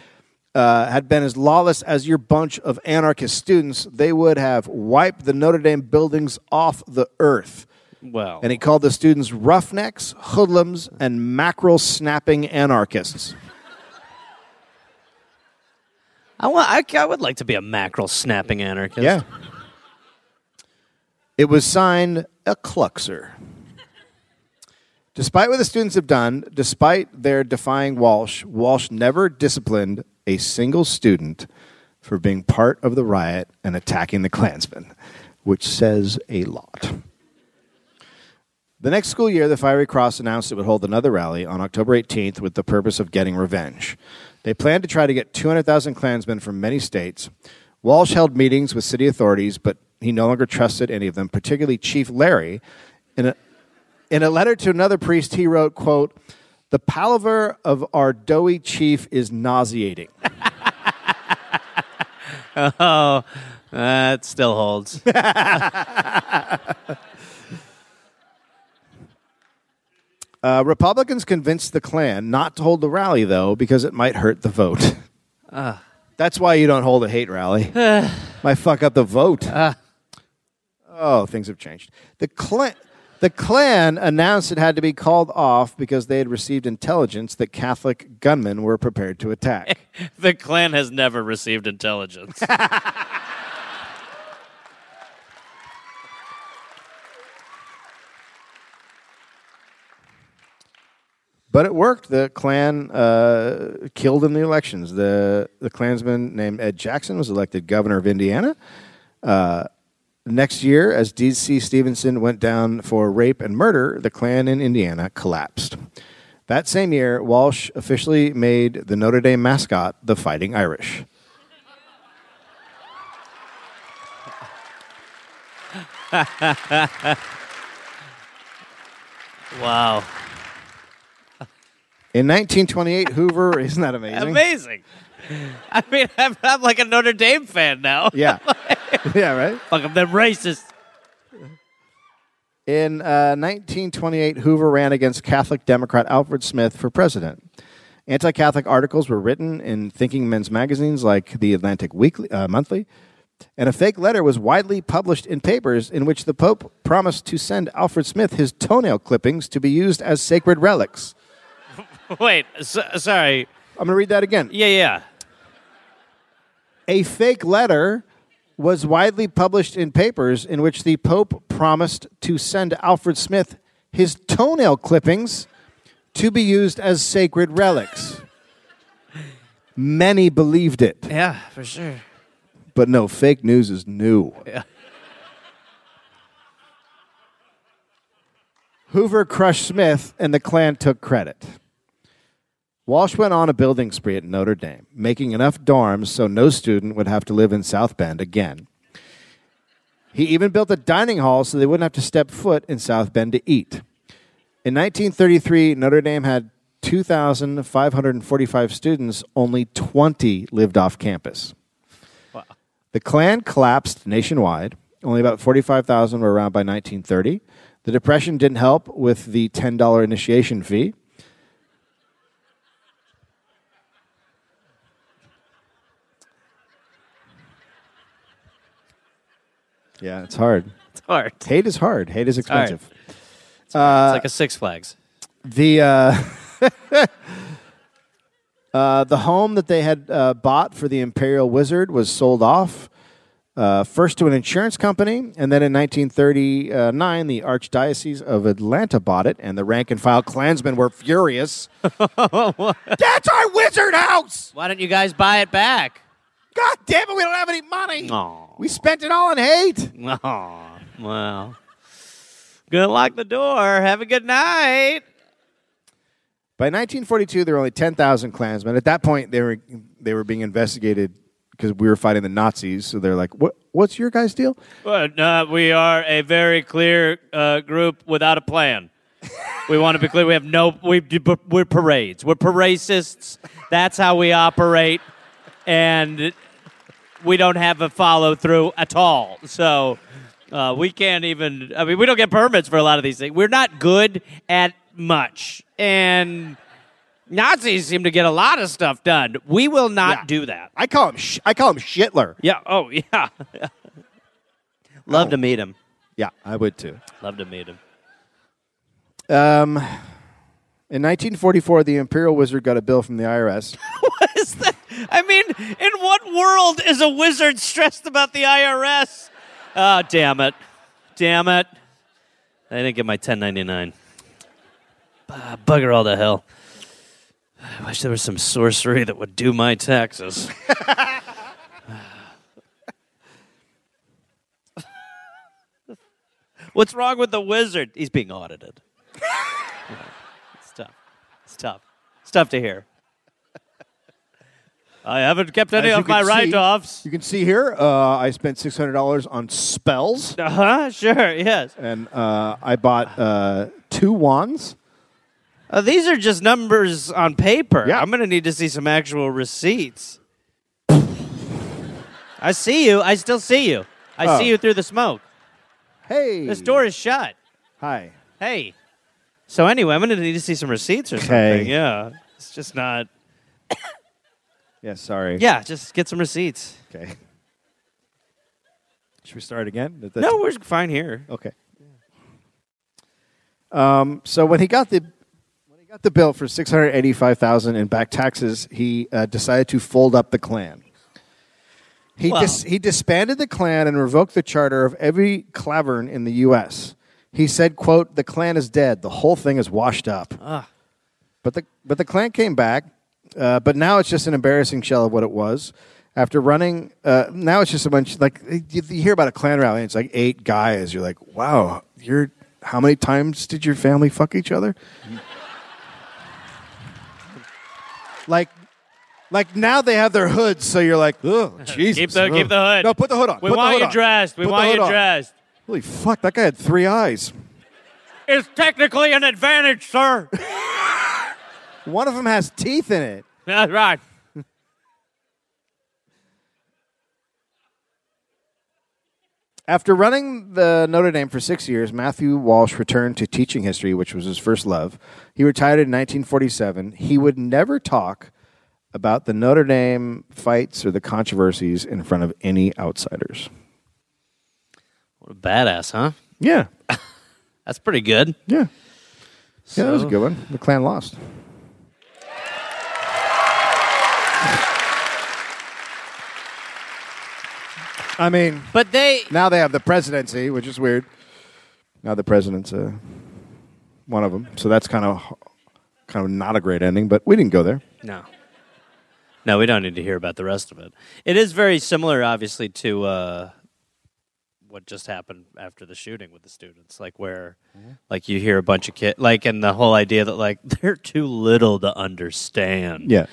Speaker 2: uh, had been as lawless as your bunch of anarchist students, they would have wiped the Notre Dame buildings off the earth.
Speaker 1: Well,
Speaker 2: And he called the students roughnecks, hoodlums, and mackerel snapping anarchists.
Speaker 1: I, want, I, I would like to be a mackerel snapping anarchist.
Speaker 2: Yeah. It was signed a Cluxer. Despite what the students have done, despite their defying Walsh, Walsh never disciplined a single student for being part of the riot and attacking the Klansmen, which says a lot. The next school year, the Fiery Cross announced it would hold another rally on October 18th with the purpose of getting revenge. They planned to try to get 200,000 Klansmen from many states. Walsh held meetings with city authorities, but he no longer trusted any of them, particularly Chief Larry. In a, in a letter to another priest, he wrote, quote, The palaver of our doughy chief is nauseating.
Speaker 1: Oh, that still holds.
Speaker 2: Uh, Republicans convinced the Klan not to hold the rally, though, because it might hurt the vote. That's why you don't hold a hate rally. might fuck up the vote. Oh, things have changed. The Klan, the Klan announced it had to be called off because they had received intelligence that Catholic gunmen were prepared to attack.
Speaker 1: the Klan has never received intelligence.
Speaker 2: But it worked. The Klan uh, killed in the elections. The the Klansman named Ed Jackson was elected governor of Indiana. Uh, next year, as D.C. Stevenson went down for rape and murder, the Klan in Indiana collapsed. That same year, Walsh officially made the Notre Dame mascot the Fighting Irish.
Speaker 1: wow.
Speaker 2: In 1928, Hoover isn't that amazing?
Speaker 1: Amazing. I mean, I'm, I'm like a Notre Dame fan now.
Speaker 2: Yeah, yeah, right.
Speaker 1: Fuck them, they're racist.
Speaker 2: In uh, 1928, Hoover ran against Catholic Democrat Alfred Smith for president. Anti Catholic articles were written in thinking men's magazines like the Atlantic Weekly, uh, Monthly. And a fake letter was widely published in papers in which the Pope promised to send Alfred Smith his toenail clippings to be used as sacred relics.
Speaker 3: Wait, so, sorry.
Speaker 2: I'm going to read that again.
Speaker 3: Yeah, yeah.
Speaker 2: A fake letter was widely published in papers in which the Pope promised to send Alfred Smith his toenail clippings to be used as sacred relics. Many believed it,
Speaker 3: Yeah, for sure.
Speaker 2: but no, fake news is new. Hoover crushed Smith, and the Klan took credit. Walsh went on a building spree at Notre Dame, making enough dorms so no student would have to live in South Bend again. He even built a dining hall so they wouldn't have to step foot in South Bend to eat. In 1933, Notre Dame had 2,545 students, only 20 lived off campus. The Klan collapsed nationwide. Only about 45,000 were around by 1930. The Depression didn't help with the $10 initiation fee. Yeah, it's hard.
Speaker 3: It's hard. It's
Speaker 2: Hate is hard. Hate is
Speaker 3: hard.
Speaker 2: expensive.
Speaker 3: like a Six Flags.
Speaker 2: The uh, uh, the home that they had uh, bought for the Imperial Wizard was sold off uh, first to an insurance company, and then in 1939, the Archdiocese of Atlanta bought it, and the rank and file Klansmen were furious. That's our wizard house!
Speaker 5: Why don't you guys buy it back?
Speaker 2: God damn it, we don't have any money.
Speaker 3: Aw.
Speaker 2: We spent it all on hate.
Speaker 3: Aw, well. Gonna lock the door. Have a good night.
Speaker 2: By 1942, there were only 10,000 Klansmen. At that point, they were they were being investigated because we were fighting the Nazis. So they're like, "What? What's your guys' deal?"
Speaker 3: But uh, we are a very clear uh, group without a plan. we want to be clear. We have no. We do- we're parades. We're paracists. That's how we operate, and we don't have a follow through at all. So uh, we can't even. I mean, we don't get permits for a lot of these things. We're not good at much, and Nazis seem to get a lot of stuff done. We will not
Speaker 2: Yeah.
Speaker 3: do that.
Speaker 2: I call him sh- I call him Shitler.
Speaker 3: Yeah. Oh, yeah. Love to meet him.
Speaker 2: Yeah, I would too.
Speaker 3: Love to meet him.
Speaker 2: In 1944, the Imperial Wizard got a bill from the IRS.
Speaker 3: Is that, I mean, in what world is a wizard stressed about the IRS? Oh, damn it. Damn it. I didn't get my 1099. Ah, bugger all the hell. I wish there was some sorcery that would do my taxes. What's wrong with the wizard? He's being audited. it's tough. It's tough. It's tough to hear. I haven't kept any
Speaker 2: As you
Speaker 3: of my
Speaker 2: can see-
Speaker 3: write-offs.
Speaker 2: You can see here, uh, I spent six hundred dollars on spells,
Speaker 3: Uh huh. Sure. Yes.
Speaker 2: and uh, I bought uh, two wands.
Speaker 3: Uh, these are just numbers on paper.
Speaker 2: Yeah.
Speaker 3: I'm going to need to see some actual receipts. I see you. I still see you. I
Speaker 2: Oh.
Speaker 3: see you through the smoke.
Speaker 2: Hey,
Speaker 3: This door is shut.
Speaker 2: Hi.
Speaker 3: Hey. So anyway, I'm going to need to see some receipts or something.
Speaker 2: Okay.
Speaker 3: Yeah. It's just not.
Speaker 2: Yeah, sorry.
Speaker 3: Yeah. Just get some receipts.
Speaker 2: Okay. Should we start again? That- that's-
Speaker 3: No, we're fine here.
Speaker 2: Okay. Um, so when he got the when he got the bill for six hundred eighty five thousand in back taxes, he uh, decided to fold up the Klan. He
Speaker 3: Wow.
Speaker 2: dis- he disbanded the Klan and revoked the charter of every clavern in the U.S. He said, "quote The Klan is dead. The whole thing is washed up." But the but the Klan came back, uh, but now it's just an embarrassing shell of what it was. After running, uh, now it's just a bunch like you, you hear about a Klan rally. and It's like eight guys. You're like, wow, you're how many times did your family fuck each other? like, like now they have their hoods, so you're like, oh, Jesus.
Speaker 3: Keep the keep the hood.
Speaker 2: No, put the hood on. Put
Speaker 3: We
Speaker 2: the
Speaker 3: want
Speaker 2: hood
Speaker 3: you
Speaker 2: on.
Speaker 3: dressed. We
Speaker 2: Put the
Speaker 3: want
Speaker 2: hood
Speaker 3: you
Speaker 2: on.
Speaker 3: dressed.
Speaker 2: Holy fuck, that guy had three eyes.
Speaker 3: It's technically an advantage, sir.
Speaker 2: One of them has teeth in it.
Speaker 3: That's right.
Speaker 2: After running the Notre Dame for six years, Matthew Walsh returned to teaching history, which was his first love. He retired in 1947. He would never talk about the Notre Dame fights or the controversies in front of any outsiders.
Speaker 3: What a badass, huh?
Speaker 2: Yeah.
Speaker 3: That's pretty good.
Speaker 2: Yeah. Yeah, that was a good one. The clan lost. I mean,
Speaker 6: But they
Speaker 2: now they have the presidency, which is weird. Now the president's uh, one of them, so that's kind of kind of not a great ending. But we didn't go there.
Speaker 3: No. No, we don't need to hear about the rest of it. It is very similar, obviously, to uh, what just happened after the shooting with the students. Like where,
Speaker 2: Mm-hmm.
Speaker 3: like you hear a bunch of kids, like, and the whole idea that like they're too little to understand.
Speaker 2: Yeah.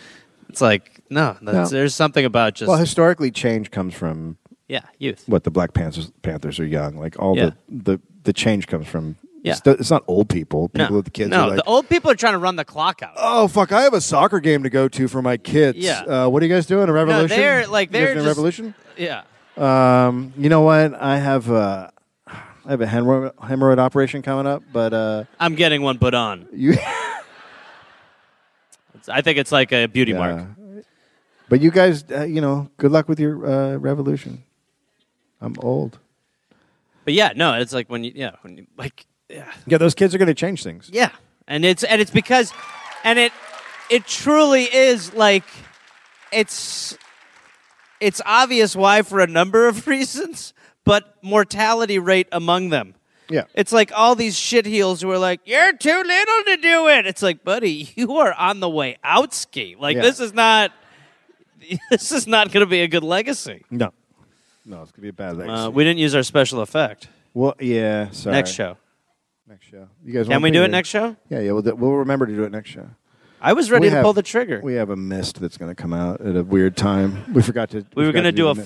Speaker 3: it's like no, that's,
Speaker 2: No.
Speaker 3: there's something about just
Speaker 2: Well, historically, change comes from
Speaker 3: yeah, youth.
Speaker 2: what the Black Panthers Panthers are young. Like all
Speaker 3: Yeah.
Speaker 2: the, the the change comes from.
Speaker 3: Yeah.
Speaker 2: It's, it's not old people. People
Speaker 3: no,
Speaker 2: with the kids
Speaker 3: no,
Speaker 2: are like,
Speaker 3: the old people are trying to run the clock out.
Speaker 2: oh fuck, I have a soccer game to go to for my kids.
Speaker 3: Yeah.
Speaker 2: Uh, what are you guys doing? A revolution?
Speaker 3: they're- like,
Speaker 2: You guys
Speaker 3: they're
Speaker 2: doing a
Speaker 3: just-
Speaker 2: revolution.
Speaker 3: Yeah,
Speaker 2: Um, you know what? I have uh, I have a hemorrhoid, hemorrhoid operation coming up, but uh,
Speaker 3: I'm getting one put on.
Speaker 2: you.
Speaker 3: It's- I think it's like a beauty mark.
Speaker 2: Uh, but you guys, uh, you know, good luck with your uh, revolution. I'm old.
Speaker 3: But yeah, no, it's like when you yeah, when you, like yeah.
Speaker 2: Yeah, those kids are going to change things.
Speaker 3: Yeah, and it's and it's because, and it it truly is like it's it's obvious why for a number of reasons, but mortality rate among them.
Speaker 2: Yeah.
Speaker 3: It's like all these shitheels who are like, "You're too little to do it." It's like, buddy, you are on the way out ski. Like
Speaker 2: Yeah.
Speaker 3: this is not this is not going to be a good legacy.
Speaker 2: No, no, it's going to be a bad legacy.
Speaker 3: Uh, we didn't use our special effect.
Speaker 2: well, yeah. Sorry.
Speaker 3: Next show.
Speaker 2: Next show. You guys.
Speaker 3: Can
Speaker 2: want
Speaker 3: we
Speaker 2: me
Speaker 3: do
Speaker 2: to-
Speaker 3: it next show?
Speaker 2: Yeah, yeah. We'll, do, we'll remember to do it next show.
Speaker 3: I was ready
Speaker 2: We
Speaker 3: to
Speaker 2: have-
Speaker 3: pull the trigger. We,
Speaker 2: We have a mist that's going to come out at a weird time. We forgot to. We,
Speaker 3: were
Speaker 2: going to
Speaker 3: do a
Speaker 2: the Uh, mist.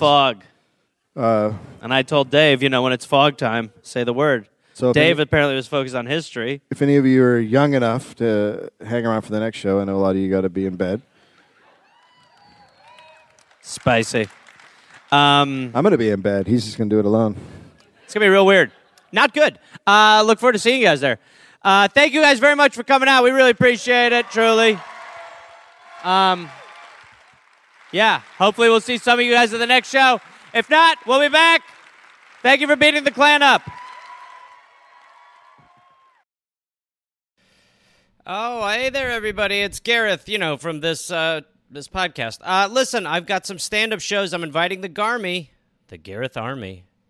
Speaker 3: fog. and I told Dave, you know, when it's fog time, say the word.
Speaker 2: So
Speaker 3: So
Speaker 2: if
Speaker 3: Dave
Speaker 2: any-
Speaker 3: apparently was focused on history.
Speaker 2: If any of you are young enough to hang around for the next show, I know a lot of you got to be in bed.
Speaker 3: Spicy. Um,
Speaker 2: I'm going to be in bed. He's just going to do it alone.
Speaker 3: it's gonna be real weird. Not good. Uh, look forward to seeing you guys there. Uh, thank you guys very much for coming out. We really appreciate it, truly. Um, yeah. Hopefully, we'll see some of you guys at the next show. If not, we'll be back. Thank you for beating the clan up. Oh, hey there, everybody. It's Gareth, you know, from this uh, this podcast. Uh, listen, I've got some stand up shows I'm inviting the Garmy, the Gareth Army,